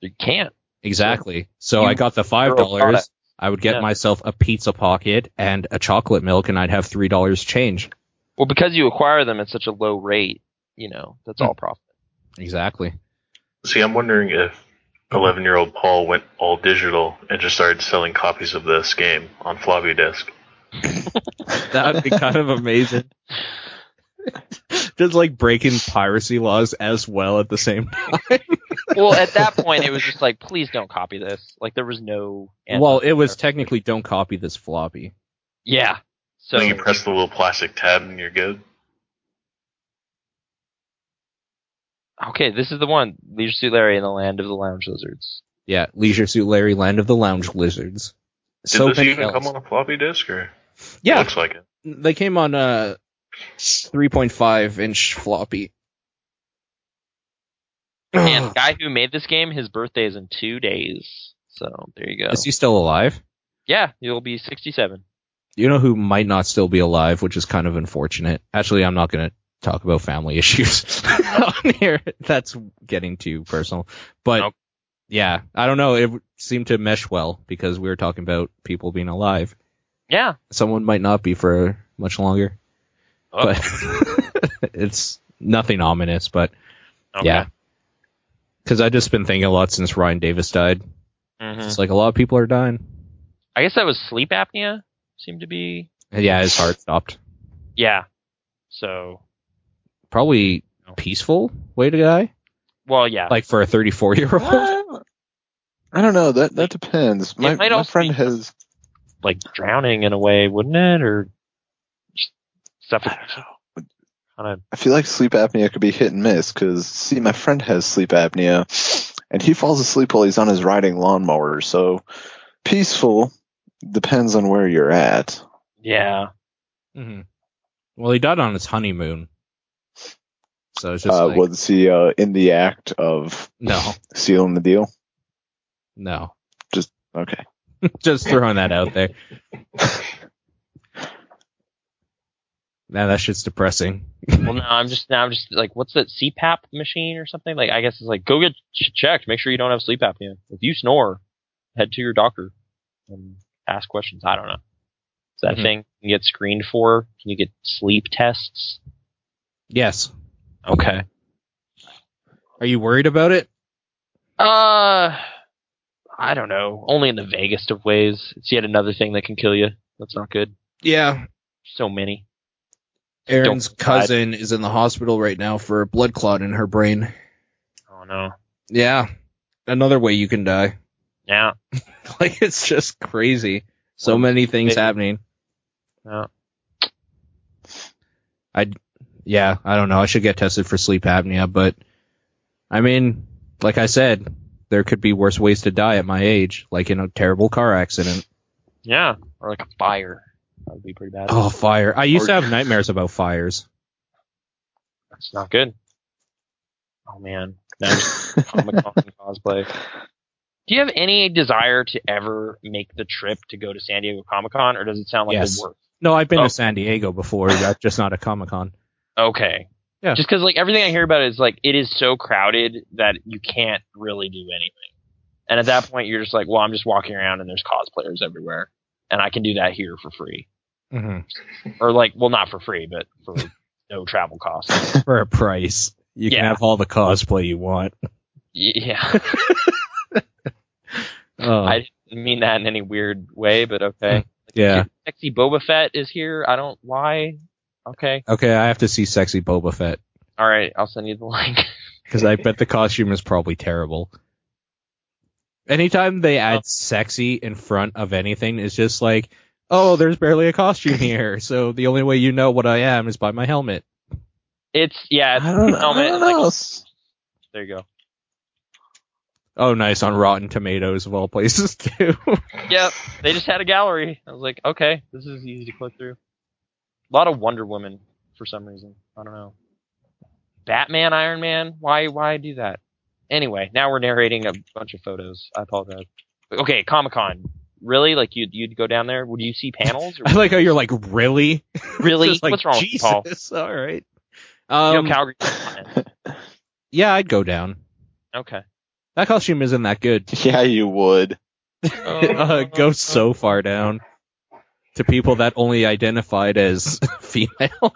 You can't.
Exactly. So
You-
I got the five
you're a product.
dollars. I would get
Yeah.
myself a pizza pocket and a chocolate milk, and I'd have three dollars change.
Well, because you acquire them at such a low rate, you know, that's
Mm.
all profit.
Exactly.
See, I'm wondering if 11 year old Paul went all digital and just started selling copies of this game on floppy disk.
That would be kind of amazing. Just like breaking piracy laws as well at the same time.
Well, at that point, it was just like, please don't copy this. Like there was no. answer
well, it was
there.
technically don't copy this floppy.
Yeah. So
then you press the little plastic tab and you're good.
okay, this is the one. Leisure Suit Larry in the Land of the Lounge Lizards.
Yeah, Leisure Suit Larry, Land of the Lounge Lizards.
Did
so
this
many
even
L's.
come on a floppy disk? Or
Yeah,
looks like it.
they came on uh, a 3.5 inch floppy.
And the guy who made this game, his birthday is in two days. So there you go.
Is he still alive?
Yeah, he'll be 67.
You know who might not still be alive, which is kind of unfortunate. Actually, I'm not going to talk about family issues on here. That's getting too personal. But
Nope.
yeah, I don't know. It seemed to mesh well because we were talking about people being alive.
Yeah.
Someone might not be for much longer,
Oh,
but it's nothing ominous. But
okay.
yeah, because I've just been thinking a lot since Ryan Davis died.
Mhm.
It's like a lot of people are dying.
I guess that was sleep apnea. Seemed to be.
And yeah, his heart stopped.
Yeah. So
Probably peaceful way to die,
well, yeah.
like for a 34 year old.
Uh, I don't know. That that depends. My,
might
my
also
friend
be-
has.
like drowning in a way, wouldn't it? Or just
I
suffocation.
don't know.
Kind of.
I feel like sleep apnea could be hit and miss because see, my friend has sleep apnea, and he falls asleep while he's on his riding lawnmower. So peaceful depends on where you're at.
Yeah.
hmm Well, he died on his honeymoon. So it's just
Uh,
like,
was he uh, in the act of
no,
sealing the deal?
no.
Okay.
just throwing that out there. Man, that shit's depressing.
Well, now I'm just now I'm just like, what's that CPAP machine or something? Like, I guess it's like, go get ch- checked. Make sure you don't have sleep apnea. If you snore, head to your doctor and ask questions. I don't know. Is that a
Mhm.
thing you can get screened for? Can you get sleep tests?
Yes.
Okay.
Are you worried about it?
Uh, I don't know. Only in the vaguest of ways. It's yet another thing that can kill you. That's not good.
Yeah.
So many.
Aaron's
Don't-
cousin is in the hospital right now for a blood clot in her brain.
Oh no.
Yeah. Another way you can die.
Yeah.
Like it's just crazy. So
Well,
many things
they-
happening.
Yeah.
I yeah, I don't know. I should get tested for sleep apnea, but I mean, like I said, there could be worse ways to die at my age, like in a terrible car accident.
Yeah. Or like a fire. That would be pretty bad.
Oh, fire. I used to
Or-
have nightmares about fires.
That's not good. Oh man. Now I'm just Comic Con cosplay. Do you have any desire to ever make the trip to go to San Diego Comic Con, or does it sound like
Yes.
the worst?
No, I've been
Oh.
to San Diego before, that's just not a Comic Con.
Okay.
Yeah.
Just because like everything I hear about is like it is so crowded that you can't really do anything. And at that point, you're just like, well, I'm just walking around and there's cosplayers everywhere, and I can do that here for free,
Mm-hmm.
or like, well, not for free, but for no travel costs.
For a price. You can
Yeah.
have all the cosplay you want.
Yeah.
Oh,
I didn't mean that in any weird way, but okay.
Hmm. yeah.
Dude, Sexy Boba Fett is here. I don't why. Okay.
Okay, I have to see sexy Boba Fett
All right. I'll send you the link.
because I bet the costume is probably terrible. Anytime they
Oh.
add sexy in front of anything, it's just like, oh, there's barely a costume here, so the only way you know what I am is by my helmet.
It's yeah.
I don't, I
helmet,
don't
like-
know.
there you go.
Oh, nice on Rotten Tomatoes of all places too.
Yep. They just had a gallery. I was like, okay, this is easy to click through. A lot of Wonder Woman for some reason. I don't know. Batman, Iron Man. Why? Why do that? Anyway, now we're narrating a bunch of photos. I apologize. Okay, Comic Con. Really? Like you'd you'd go down there? Would you see panels?
I like how you're like, really,
Really?
It's just like,
What's wrong with you,
Jesus,
Paul?
All right.
You know
Um,
Calgary.
yeah, I'd go down.
Okay.
That costume isn't that good.
yeah, you would.
uh, go so far down to people that only identified as female,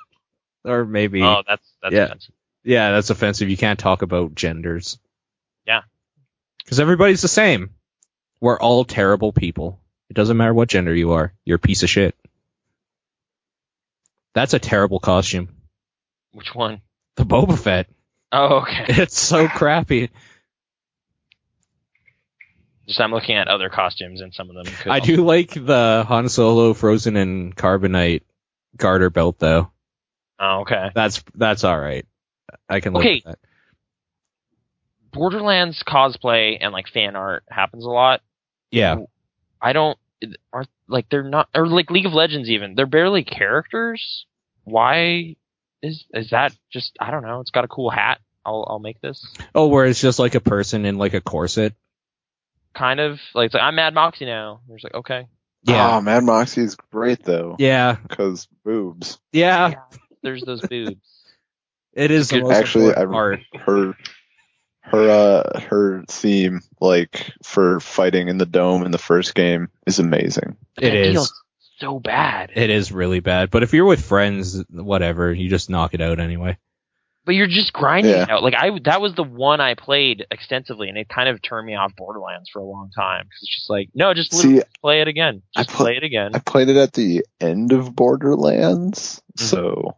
or maybe
Oh, that's that's
Yeah.
offensive.
Yeah, that's offensive. You can't talk about genders.
Yeah.
Because everybody's the same. We're all terrible people. It doesn't matter what gender you are. You're a piece of shit. That's a terrible costume.
Which one?
The Boba Fett.
Oh, okay.
It's so crappy.
Just I'm looking at other costumes and some of them. could-
I do like the Han Solo frozen in carbonite garter belt though.
Oh, okay.
That's that's all right. I can look
Okay.
at that.
Borderlands cosplay and like fan art happens a lot.
Yeah.
I don't are like they're not or like League of Legends even they're barely characters. Why is is that just I don't know? It's got a cool hat. I'll I'll make this
Oh, where it's just like a person in like a corset.
kind of like it's like I'm Mad Moxie now. There's like okay,
Yeah.
Oh, Mad Moxie is great though.
yeah.
Because boobs.
Yeah.
there's those boobs.
It is the
Good-
most
Actually,
important
I-
part.
Her, her, uh, her theme like for fighting in the dome in the first game is amazing.
It
That
is.
deal's so bad.
It is really bad. But if you're with friends, whatever, you just knock it out anyway.
But you're just grinding
Yeah.
it out. Like I, that was the one I played extensively, and it kind of turned me off Borderlands for a long time. 'Cause it's just like, no, just
See,
literally play it again.
I
Just
pl-
play it again.
I played it at the end of Borderlands,
Mm-hmm.
so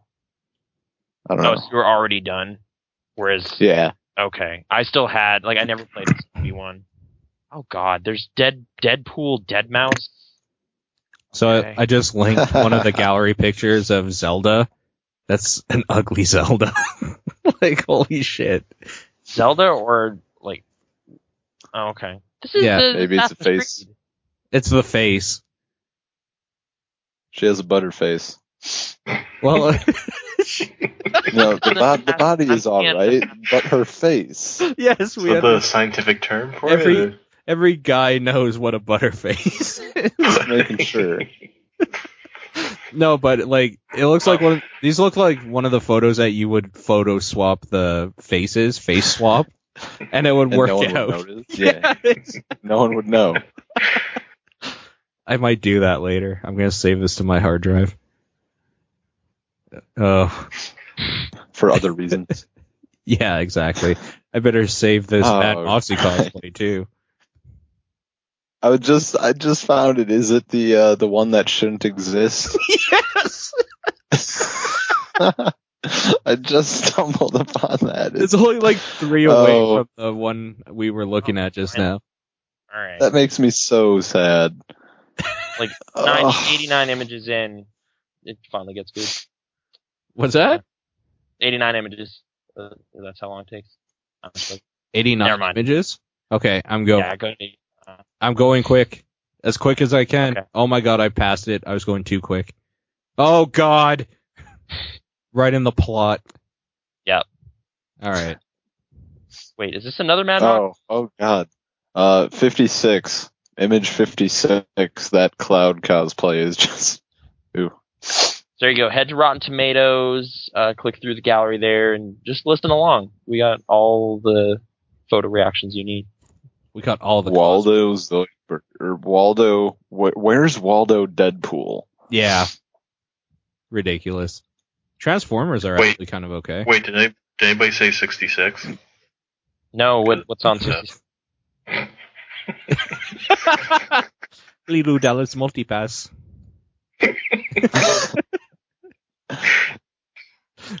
I don't
Oh,
know.
so you were already done. Whereas,
Yeah,
okay, I still had like I never played V one. Oh God, there's dead Deadpool, Dead Mouse.
So
Okay.
I, I just linked one of the gallery pictures of Zelda. That's an ugly Zelda. like holy shit.
Zelda or like, oh, okay. This is
Yeah,
the
maybe it's a
Assassin's
face.
Creed.
It's the face.
she has a butterface.
Well,
No, the, bo- the body is all right, but her face.
yes,
Is
we
that
have
the scientific term for
Every-
it?
every guy knows what a butterface is.
Just making sure.
no, but like it looks like one of these look like one of the photos that you would photo swap the faces, face swap, and it would
And
work
no one
out.
would notice. Yeah, no one would know.
I might do that later. I'm gonna save this to my hard drive. Oh,
for other reasons.
yeah, exactly. I better save this
Oh,
Mad Moxie
right.
cosplay too.
I would just I just found it. Is it the uh, the one that shouldn't exist?
Yes,
I just stumbled upon that.
it's only like three away
Oh.
from the one we were looking at just now.
All right,
that Oh. makes me so sad.
Like, Nine-
Ugh.
89 images in, it finally gets good.
What's that?
89 images. Uh, that's how long it takes. Honestly.
89
Never mind.
images. Okay, I'm going.
Yeah, go to eight-
I'm going quick, as quick as I can.
Okay.
Oh my god, I passed it. I was going too quick. Oh god, right in the plot.
Yep.
All right.
Wait, is this another Mad Mox?
Oh, oh God. Uh, 56. Image 56. That cloud cosplay is just. Ooh.
There you go. Head to Rotten Tomatoes. Uh, click through the gallery there and just listen along. We got all the photo reactions you need.
We got all the
Waldo Zoidberg. Or Waldo. Wh- where's Waldo Deadpool?
Yeah. Ridiculous. Transformers are
Wait.
actually kind of okay.
Wait, did, I, did anybody say 66?
No, what, what's on?
Yeah.
60?
Lilu Dallas multipass.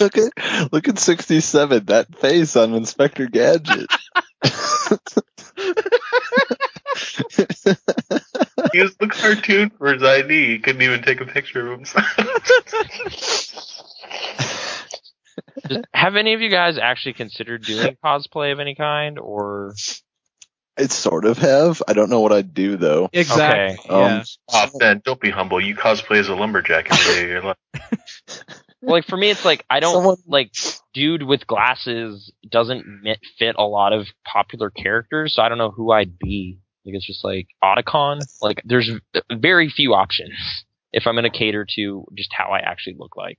look at look at 67. That face on Inspector Gadget.
He was the cartoon for his ID. He couldn't even take a picture of himself.
Just- have any of you guys actually considered doing cosplay of any kind? Or
I sort of have. I don't know what I'd do though.
Exactly.
Um,
yeah.
Stop that. Oh, Don't be humble. You cosplay as a lumberjack every day of your life.
like for me, it's like I don't
Someone-
like dude with glasses doesn't mi- fit a lot of popular characters, so I don't know who I'd be. Like it's just like Otacon. Like there's very few options if I'm gonna cater to just how I actually look like.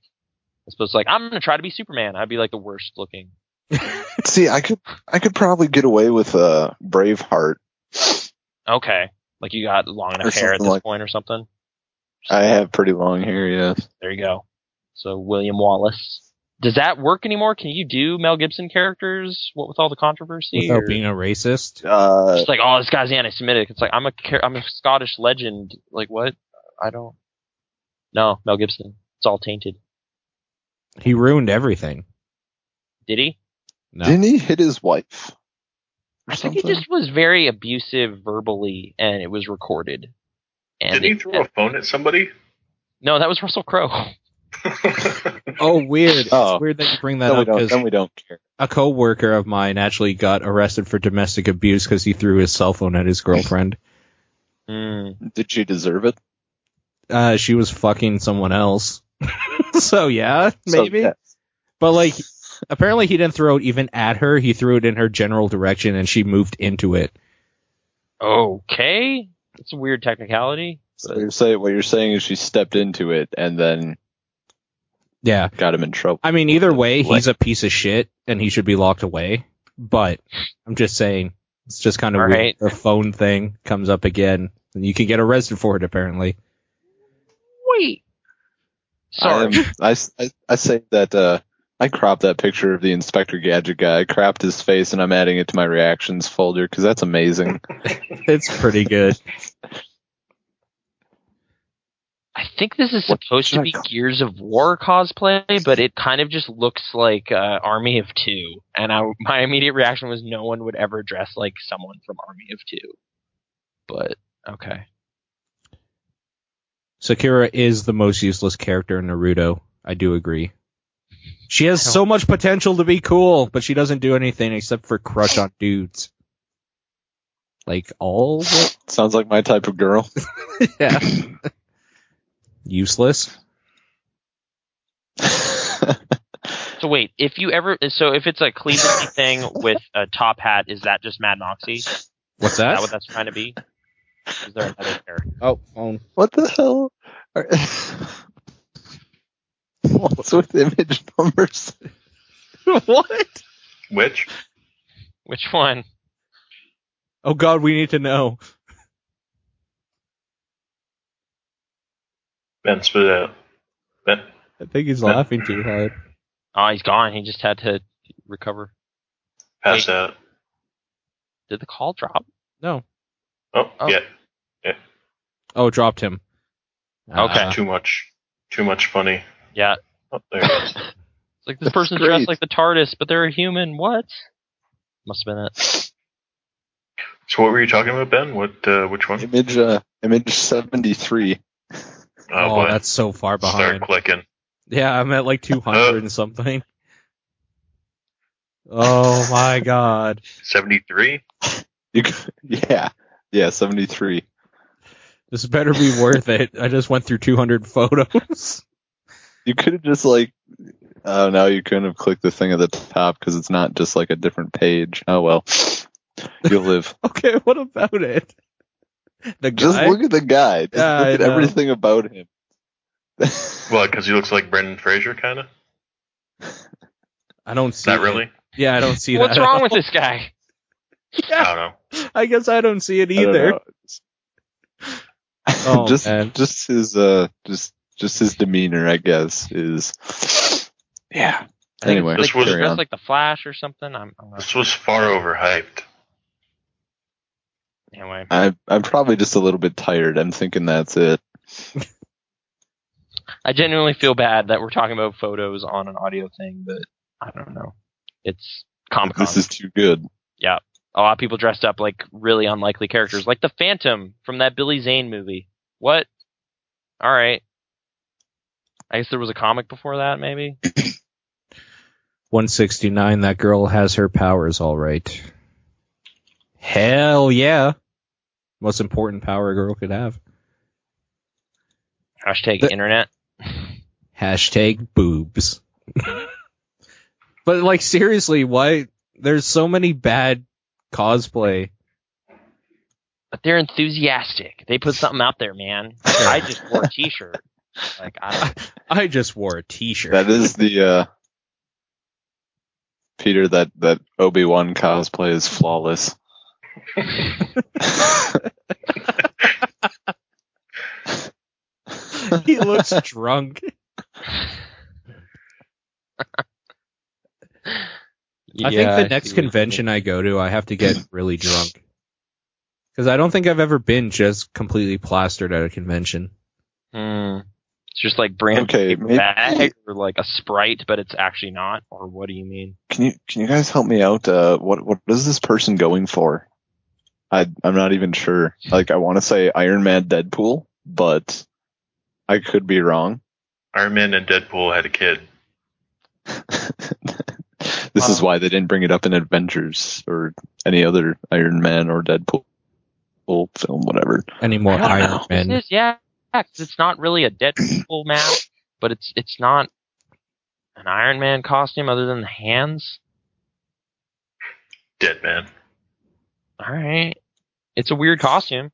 I suppose like I'm gonna try to be Superman. I'd be like the worst looking.
See, I could I could probably get away with uh, Braveheart.
Okay, like you got long
Or
enough hair at
something
this
like-
point or something.
I have pretty long hair, yeah.
There you go. So William Wallace. does that work anymore? Can you do Mel Gibson characters? What with all the controversy?
without
or-
being a racist.
Uh,
It's like, oh, this guy's anti-Semitic. It's like I'm a char- I'm a Scottish legend. Like what? I don't. No, Mel Gibson. It's all tainted.
He ruined everything.
Did he?
No.
Didn't he hit his wife? or
I think he
something?
just was very abusive verbally, and it was recorded. And
Did he
it-
throw a phone at somebody?
no, that was Russell Crowe.
Oh, weird.
Oh.
It's weird that you bring that
Then we
up
don't.
because
Then we don't care.
a coworker of mine actually got arrested for domestic abuse because he threw his cell phone at his girlfriend.
Mm.
Did she deserve it?
uh, she was fucking someone else. so yeah,
So,
maybe.
yeah.
But like, apparently he didn't throw it even at her. He threw it in her general direction, and she moved into it.
Okay, it's a weird technicality.
So you're saying what you're saying is she stepped into it and then
Yeah.
got him in trouble.
I mean, either way,
Like-
he's a piece of shit, and he should be locked away. But I'm just saying, it's just kind of
All
weird.
right.
The phone thing comes up again, and you can get arrested for it. Apparently,
Wait. Sorry.
I, am- I s- I- I say that uh, I cropped that picture of the Inspector Gadget guy. I cropped his face and I'm adding it to my reactions folder because that's amazing.
it's pretty good.
I think this is
What
supposed
should
to
I
be
call-
Gears of War cosplay, but it kind of just looks like uh, Army of Two. And I, my immediate reaction was no one would ever dress like someone from Army of Two. But okay,
Sakura is the most useless character in Naruto. I do agree. She has so much potential to be cool, but she doesn't do anything except for crush on dudes. Like all the-
Sounds like my type of girl.
yeah. Useless.
so wait, if you ever, so if it's a Cleveland thing with a top hat, is that just Mad Moxie? Is
What's
that
that?
what that's trying to be? Is there another character?
oh, phone.
what the hell? Are- What's with image numbers?
what?
Which?
Which one?
Oh God, we need to know.
Ben spit it out. Ben,
I think he's laughing too hard.
Oh, he's gone. He just had to recover.
pass out.
Did the call drop?
No.
Oh,
Oh.
yeah.
Oh, dropped him.
Okay.
Uh,
Too much. Too much funny.
Yeah,
Oh, there it is.
It's like this
That's
person's
great.
dressed like the TARDIS, but they're a human. What? Must have been it.
So what were you talking about, Ben? What? Uh, which one?
Image uh, image seventy three.
oh,
boy.
that's so far
Uh, Start
behind.
clicking.
Yeah, I'm at like 200 and something. Oh my god.
Seventy-three.
You, g- yeah, yeah, seventy three.
This better be worth it. I just went through 200 photos.
You could have just like, oh no, you couldn't have clicked the thing at the top because it's not just like a different page. Oh well, you'll live.
Okay, what about it? The
just
guy?
look at the guy. Just
Yeah, I
look at
know.
everything about him.
Well, because he looks like Brendan Fraser, kind of.
I don't see
Not
it.
really.
Yeah, I don't see
What's
that.
wrong with this guy?
I
Yeah,
don't know.
I guess I don't see it
I don't
either.
know.
Oh,
just,
man.
just his, uh, just, just his demeanor, I guess, is. Yeah.
I think
Anyway,
it's
This
like,
was-
he's
carry
dressed
on.
like the Flash or something. I'm, I'm not,
This was far overhyped.
anyway.
I, I'm probably just a little bit tired. I'm thinking that's it.
I genuinely feel bad that we're talking about photos on an audio thing, but I don't know. It's Comic Con.
This is too good.
A lot of people dressed up like really unlikely characters, like the Phantom from that Billy Zane movie. What? All right. I guess there was a comic before that, maybe.
169, that girl has her powers alright. Hell yeah. Most important power a girl could have.
Hashtag
The-
internet.
Hashtag boobs. but like seriously, why there's so many bad cosplay.
but they're enthusiastic. They put something out there, man. I just wore a t-shirt. Like I don't,
I just wore a t-shirt.
That is the uh Peter that that Obi Wan cosplay is flawless.
he looks drunk. I
Yeah,
think the
see
next
what you mean.
convention I go to, I have to get really drunk. Because I don't think I've ever been just completely plastered at a convention.
Hmm. It's just like brand
Okay,
paper
maybe-
bag or like a sprite, but it's actually not. Or what do you mean?
Can you can you guys help me out? Uh, what what is this person going for? I I'm not even sure. Like I want to say Iron Man Deadpool, but I could be wrong.
Iron Man and Deadpool had a kid.
this is
Wow.
why they didn't bring it up in Avengers or any other Iron Man or Deadpool film, whatever.
Any more
I don't
Iron
know.
Man.
It is, yeah, because it's not really a Deadpool map, but it's it's not an Iron Man costume other than the hands.
Dead man.
All right, it's a weird costume,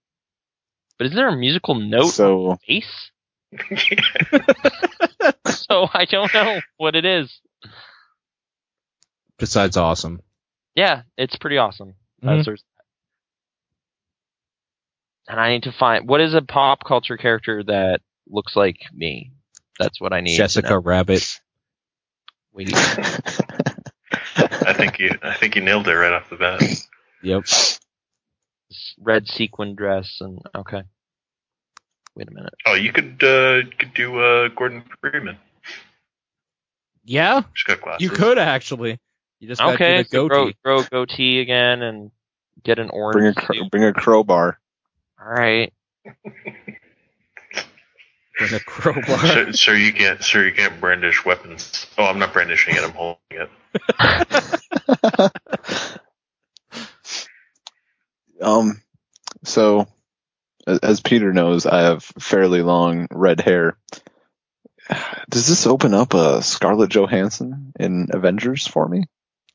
but isn't there a musical note
So
face? So I don't know what it is.
Besides awesome.
Yeah, it's pretty awesome. Uh,
Mhm.
so- and I need to find what is a pop culture character that looks like me. That's what I need. to
Jessica
know.
Rabbit.
We need-
I
I think you I think you nailed it right off the bat.
Yep.
this red sequin dress and okay. Wait a minute.
Oh, you could uh, you could do uh, Gordon Freeman.
Yeah,
Just got glasses.
you could actually. You just got
Okay,
to do
so
the
grow,
goatee.
grow goatee again and get an
bring a
orange.
cr-
suit.
bring a crowbar.
All right.
Bring a crowbar.
So, so you can't so you can't brandish weapons. Oh, I'm not brandishing it. I'm holding it.
um, so a- as Peter knows, I have fairly long red hair. Does this open up a Scarlett Johansson in Avengers for me?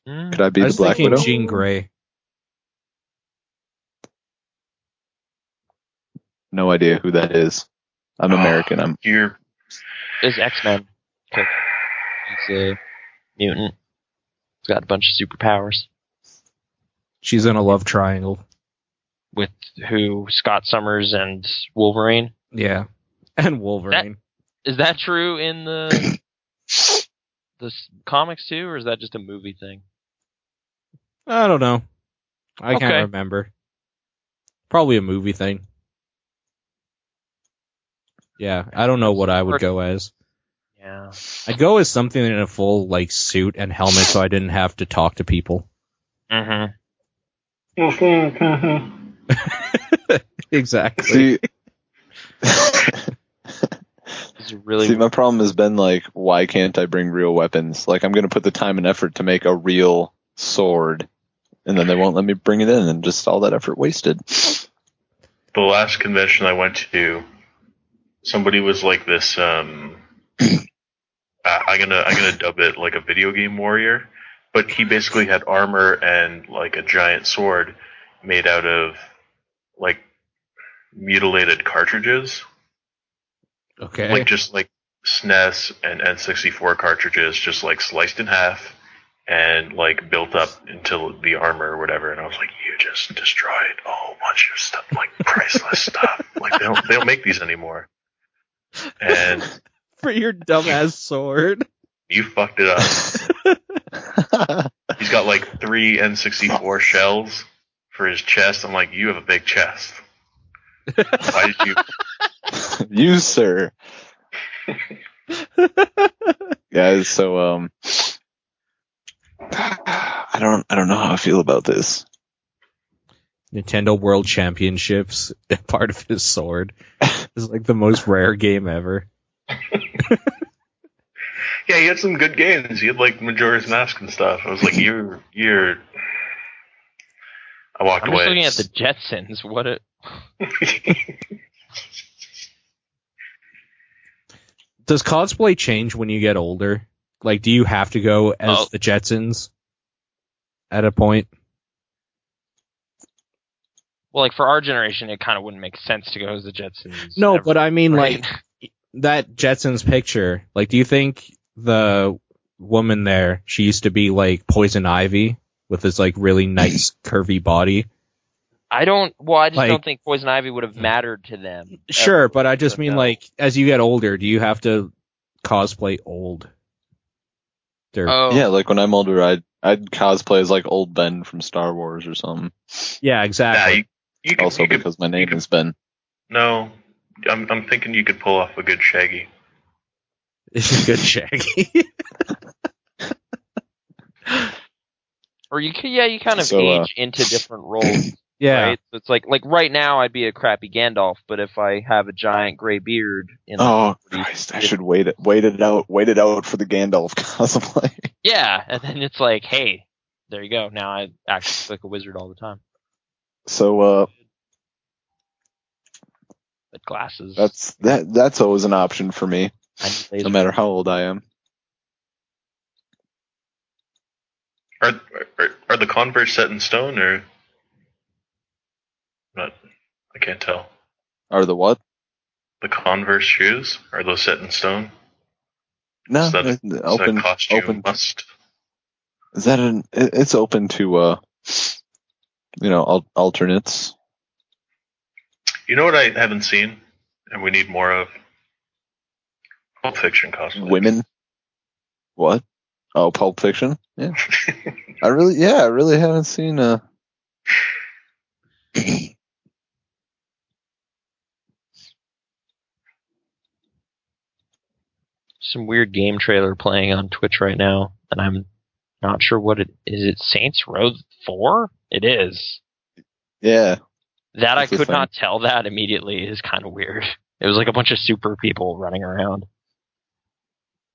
Hmm.
Could I be
I
the
was
Black
thinking
Widow?
Jean Grey.
no idea who that is. I'm American. I'm
You're
Is X Men. He's a mutant. He's got a bunch of superpowers.
She's in a love triangle.
with who Scott Summers and Wolverine.
Yeah, and Wolverine.
Is that true in the the s- comics too, or is that just a movie thing?
I don't know. I
Okay.
can't remember. Probably a movie thing. Yeah, I don't know what I would go as.
Yeah,
I'd go as something in a full like suit and helmet, so I didn't have to talk to people.
mm-hmm.
Exactly.
see.
it's really
See, my problem has been like, why can't I bring real weapons? Like, I'm going to put the time and effort to make a real sword, and then they won't let me bring it in, and just all that effort wasted.
the last convention I went to. Somebody was like this. Um, I, I'm gonna I'm gonna dub it like a video game warrior, but he basically had armor and like a giant sword made out of like mutilated cartridges.
Okay.
like just like SNES and N64 cartridges, just like sliced in half and like built up into the armor or whatever. And I was like, you just destroyed a whole bunch of stuff, like priceless stuff. Like they don't they don't make these anymore. And
for your dumbass sword.
you fucked it up. He's got like three N64 shells for his chest. I'm like, you have a big chest. Why did you?
you, sir. Guys, so um, I don't, I don't know how I feel about this.
Nintendo World Championships, part of his sword, is like the most rare game ever.
Yeah, he had some good games. He had like Majora's Mask and stuff. I was like, you're you're. I walked
I'm just
away.
looking at the Jetsons. What a
Does cosplay change when you get older? Like, do you have to go as
Oh.
the Jetsons at a point?
well, like for our generation, it kind of wouldn't make sense to go as the Jetsons.
No,
ever,
but I mean,
right?
like, that Jetsons picture, like, do you think the woman there, she used to be like Poison Ivy with this, like, really nice, curvy body?
I don't. Well, I just
like-
don't think Poison Ivy would have mattered to them.
Sure,
ever.
but I just
But
mean
no.
like as you get older, do you have to cosplay old? There-
oh,
Yeah, like when I'm older, I I'd cosplay as like old Ben from Star Wars or something.
Yeah,
Nah, you,
exactly.
you could,
also
you could-
because my name
could-
is Ben.
no, I'm I'm thinking you could pull off a good Shaggy.
It's a good Shaggy.
Or you can, yeah, you kind of
So, uh,
age into different roles,
yeah.
right? So it's like, like right now I'd be a crappy Gandalf, but if I have a giant gray beard, in
Oh Christ! I should wait it, wait it out, wait it out for the Gandalf cosplay.
yeah, and then it's like, hey, there you go. Now I act like a wizard all the time,
So uh,
but glasses.
that's that. That's always an option for me,
I need
no
laser.
matter how old I am.
Are, are are the Converse set in stone or? Not, I can't tell.
Are the what?
The Converse shoes are those set in stone?
No,
Is that-
it-
Is
open,
that costume
open.
must?
Is that an? it- It's open to uh, you know, al- alternates.
You know what I haven't seen, and we need more of. Pulp Fiction cosplay.
Women. What? Oh, Pulp Fiction. Yeah, I really, yeah, I really haven't seen uh
some weird game trailer playing on Twitch right now, and I'm not sure what it is. It Saints Row Four? It is.
Yeah,
That
That's
I
the
could
thing.
not tell that immediately is kind of weird. It was like a bunch of super people running around.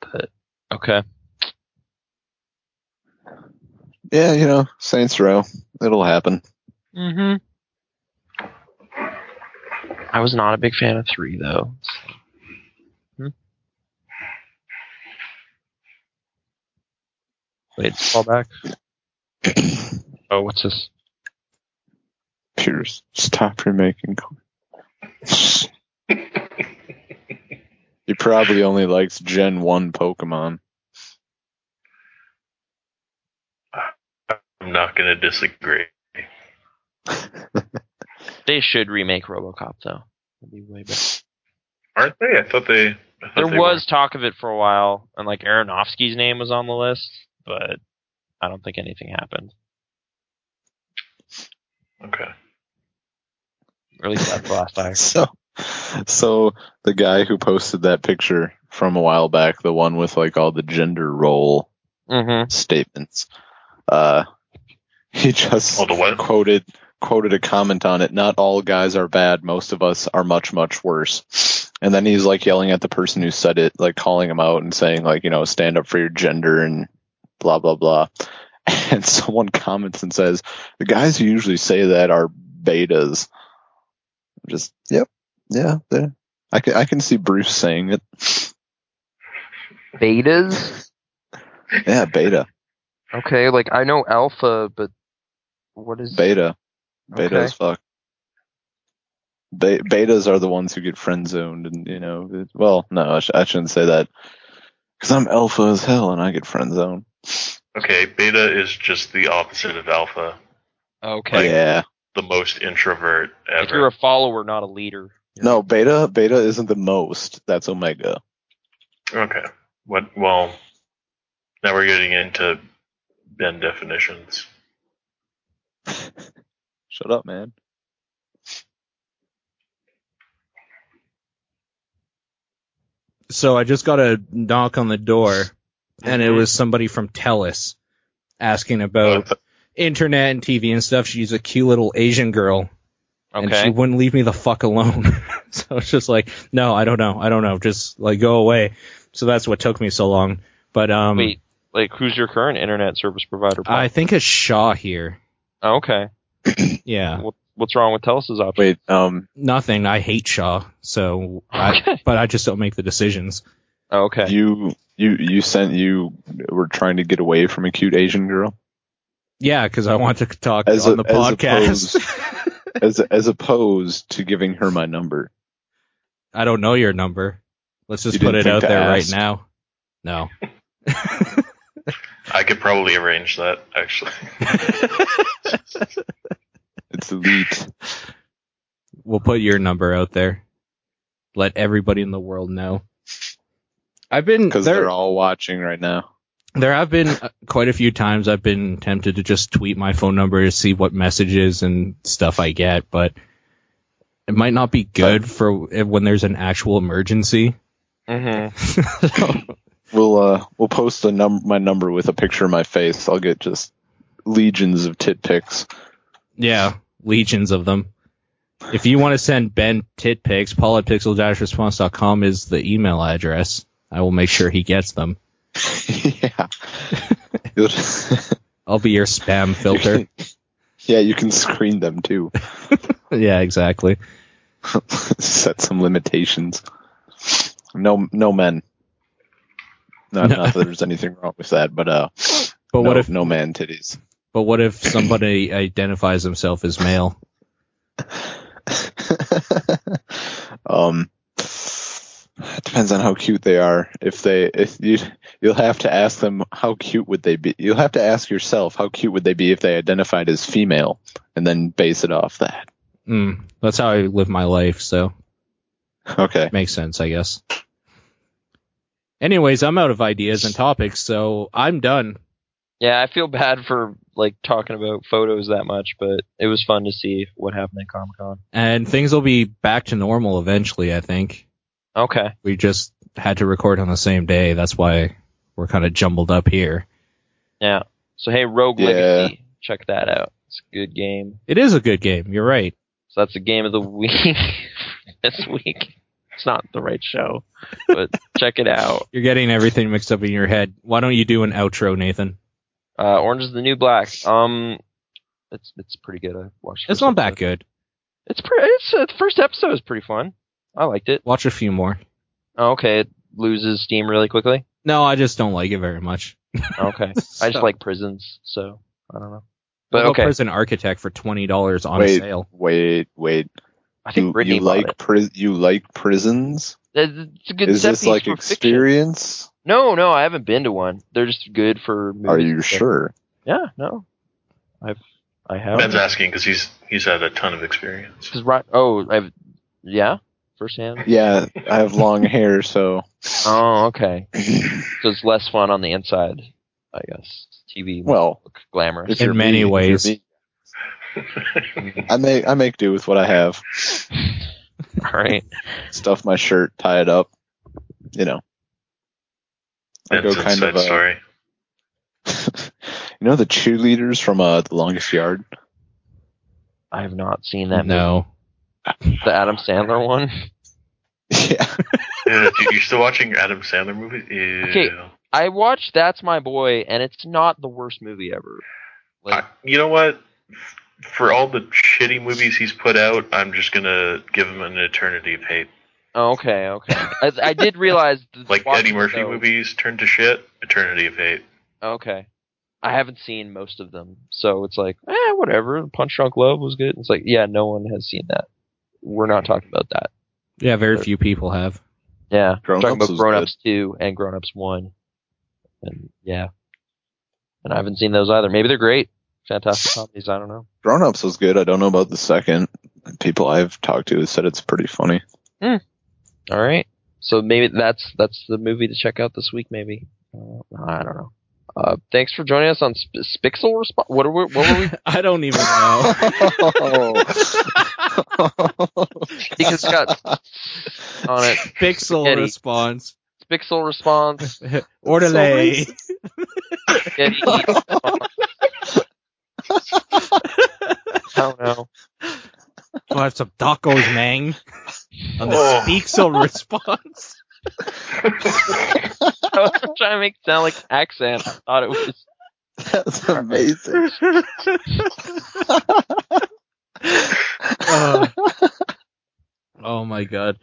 But okay,
yeah, you know, Saints Row. It'll happen.
hmm I was not a big fan of three though. Hmm. Wait, fall back. Oh, what's this?
Pierce, stop remaking. he probably only likes Gen 1 Pokemon.
I'm not going to disagree.
They should remake RoboCop though. That'd be way better.
Aren't they? I thought they. I thought
There
they
was talk of it for a while, and like Aronofsky's name was on the list, but I don't think anything happened.
Were. Okay.
Or at least that's the last I.
So, so the guy who posted that picture from a while back, the one with like all the gender role
Mm-hmm.
statements, uh, he just
Oh, the what?
quoted quoted a comment on it. Not all guys are bad. Most of us are much much worse. And then he's like yelling at the person who said it, like calling him out and saying like you know stand up for your gender and blah blah blah. And someone comments and says the guys who usually say that are betas. I'm just yep yeah there. I can I can see Bruce saying it.
Betas.
Yeah beta
Okay, like I know alpha, but what is
beta beta
Okay.
as fuck. Be- betas are the ones who get friend zoned, and you know, it, well, no, I, sh- I shouldn't say that because I'm alpha as hell and I get friend zoned.
Okay, beta is just the opposite of alpha.
Okay,
yeah,
The most introvert
if you're
ever.
a follower, not a leader.
no, beta beta isn't the most. That's omega.
Okay. What? Well, now we're getting into Ben definitions.
Shut up, man.
so I just got a knock on the door, and it was somebody from Telus asking
Oh.
about internet and TV and stuff. She's a cute little Asian girl, and she
Okay,
wouldn't leave me the fuck alone. so it's just like, no, I don't know, I don't know, just like go away. So that's what took me so long. But um,
wait, like who's your current internet service provider?
I think it's Shaw here.
Oh, okay,
Yeah,
What- what's wrong with Telus's option?
Wait, um,
nothing. I hate Shaw, so I,
Okay.
but I just don't make the decisions.
Oh, okay,
you you you sent you were trying to get away from a cute Asian girl
Yeah, because I want to talk
As
on
a-
the
as
podcast.
as as opposed to giving her my number.
I don't know your number. Let's just
You
put
didn't
it
think
out
to
there right
ask?
now. No.
I could probably arrange that actually.
It's elite.
we'll put your number out there. Let everybody in the world know. I've been
because
there-
they're all watching right now.
there have been uh, quite a few times I've been tempted to just tweet my phone number to see what messages and stuff I get, but it might not be good for when there's an actual emergency.
Mm-hmm.
We'll uh we'll post a num my number with a picture of my face. I'll get just legions of tit pics.
Yeah, legions of them. If you want to send Ben tit pics, Paul at pixel-response.com is the email address. I will make sure he gets them.
yeah. You'll just-
I'll be your spam filter.
yeah, you can screen them too.
yeah, exactly.
Set some limitations. No no men. Not,
No.
not that there's anything wrong with that, but uh
But
no,
what if
no man titties.
but what if somebody identifies himself as male?
um, it depends on how cute they are. If they, if you, you'll have to ask them how cute would they be. You'll have to ask yourself how cute would they be if they identified as female, and then base it off that.
Mm, that's how I live my life, so
Okay.
makes sense, I guess. Anyways, I'm out of ideas and topics, so I'm done.
Yeah, I feel bad for like talking about photos that much, but it was fun to see what happened at Comic Con.
And things will be back to normal eventually, I think.
Okay.
We just had to record on the same day. That's why we're kind of jumbled up here.
Yeah. So hey, Rogue
Yeah.
Legacy, check that out. It's a good game.
It is a good game. You're right.
So that's the game of the week this week. It's not the right show, but check it out.
You're getting everything mixed up in your head. Why don't you do an outro, Nathan?
Uh, Orange is the New Black. Um, it's it's pretty good. I watched. the
It's
first
not that
episode.
good.
It's pretty. It's uh, the first episode is pretty fun. I liked it.
Watch a few more.
Oh, okay, it loses steam really quickly. Oh,
No, I just don't like it very much.
Okay, I just like prisons, so I don't know. But
Go
okay,
Prison Architect for twenty dollars on
Wait.
sale.
Wait, wait.
I think
You,
Brittany
you
bought
like
it.
pri- you like prisons?
It's it's a good
Is
set
this
piece
like
for fiction.
experience?
No, no, I haven't been to one. They're just good for. Movies
Are
and
you
stuff.
sure?
Yeah, no, I've I
Ben's
have.
asking because he's he's had a ton of experience.
Because right, oh, I've yeah, firsthand.
Yeah, I have long hair, so
Oh, okay. So it's less fun on the inside, I guess. TV will
well.
look glamorous.
If you're
many
me, if you're
ways.
me, I make I make do with what I have.
All right.
stuff my shirt, tie it up. You know, I
That's
go
an
kind
inside
of. Uh,
story.
you know the cheerleaders from uh, the longest yard.
I have not seen that
No,
movie. The Adam Sandler one.
yeah,
Ew, dude, you're still watching your Adam Sandler movies? Ew.
Okay, I watched That's My Boy, and it's not the worst movie ever. Like,
I- you know what? For all the shitty movies he's put out, I'm just gonna give him an eternity of hate.
oh, okay, okay. I, I did realize the,
Like
watching
Eddie
it,
Murphy
though-
movies, turn to shit, eternity of hate.
Okay. I haven't seen most of them, so it's like, eh, whatever. Punch Drunk Love was good. It's like, yeah, no one has seen that. We're not talking about that.
yeah, very few people have.
Yeah,
Grown
talking
Ups
about
was
Grown Ups Two and Grown Ups One, and yeah, and I haven't seen those either. Maybe they're great, fantastic comedies. I don't know.
Grown Ups was good. I don't know about the second. People I've talked to said it's pretty funny.
All right, so maybe that's that's the movie to check out this week. Maybe uh, I don't know. Uh, thanks for joining us on Sp- Spixel Response. What are we? What were we?
I don't even know.
Oh,
Because it's got on it.
Pixel
Spaghetti.
response.
Spixel Response.
Orderly.
Spaghetti response. I don't know.
We'll have some tacos, man. On the
Oh.
Pixel response.
I was trying to make it sound like an accent. I thought it was.
That's amazing.
Uh, oh my god.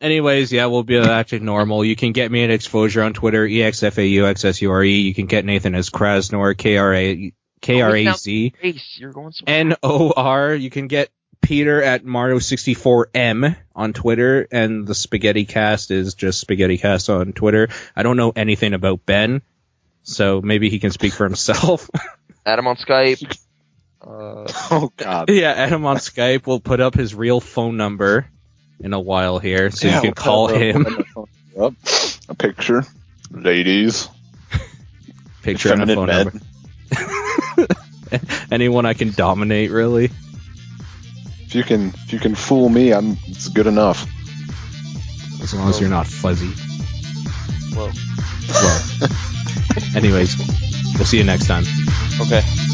Anyways, yeah, we'll be back to normal. You can get me at Exposure on Twitter, E E-X-F-A-U-X-S-U-R-E. E. You can get Nathan as Krasnor, K-R-A, K-R-A-Z,
Ace, you're going so
N-O-R. You can get Peter at Mario64M on Twitter, and the Spaghetti Cast is just Spaghetti Cast on Twitter. I don't know anything about Ben, so maybe he can speak for himself.
Add him on Skype. Uh,
oh God.
Yeah, add him on Skype. We'll put up his real phone number in a while here, so
Yeah,
you can
we'll
call
put up a-
him.
Up a picture, ladies.
Picture and a
Feminine
phone
men.
number. Anyone I can dominate, really?
If you can, if you can fool me, I'm. It's good enough.
As long as you're not fuzzy.
Well,
Well, anyways, we'll see you next time.
okay.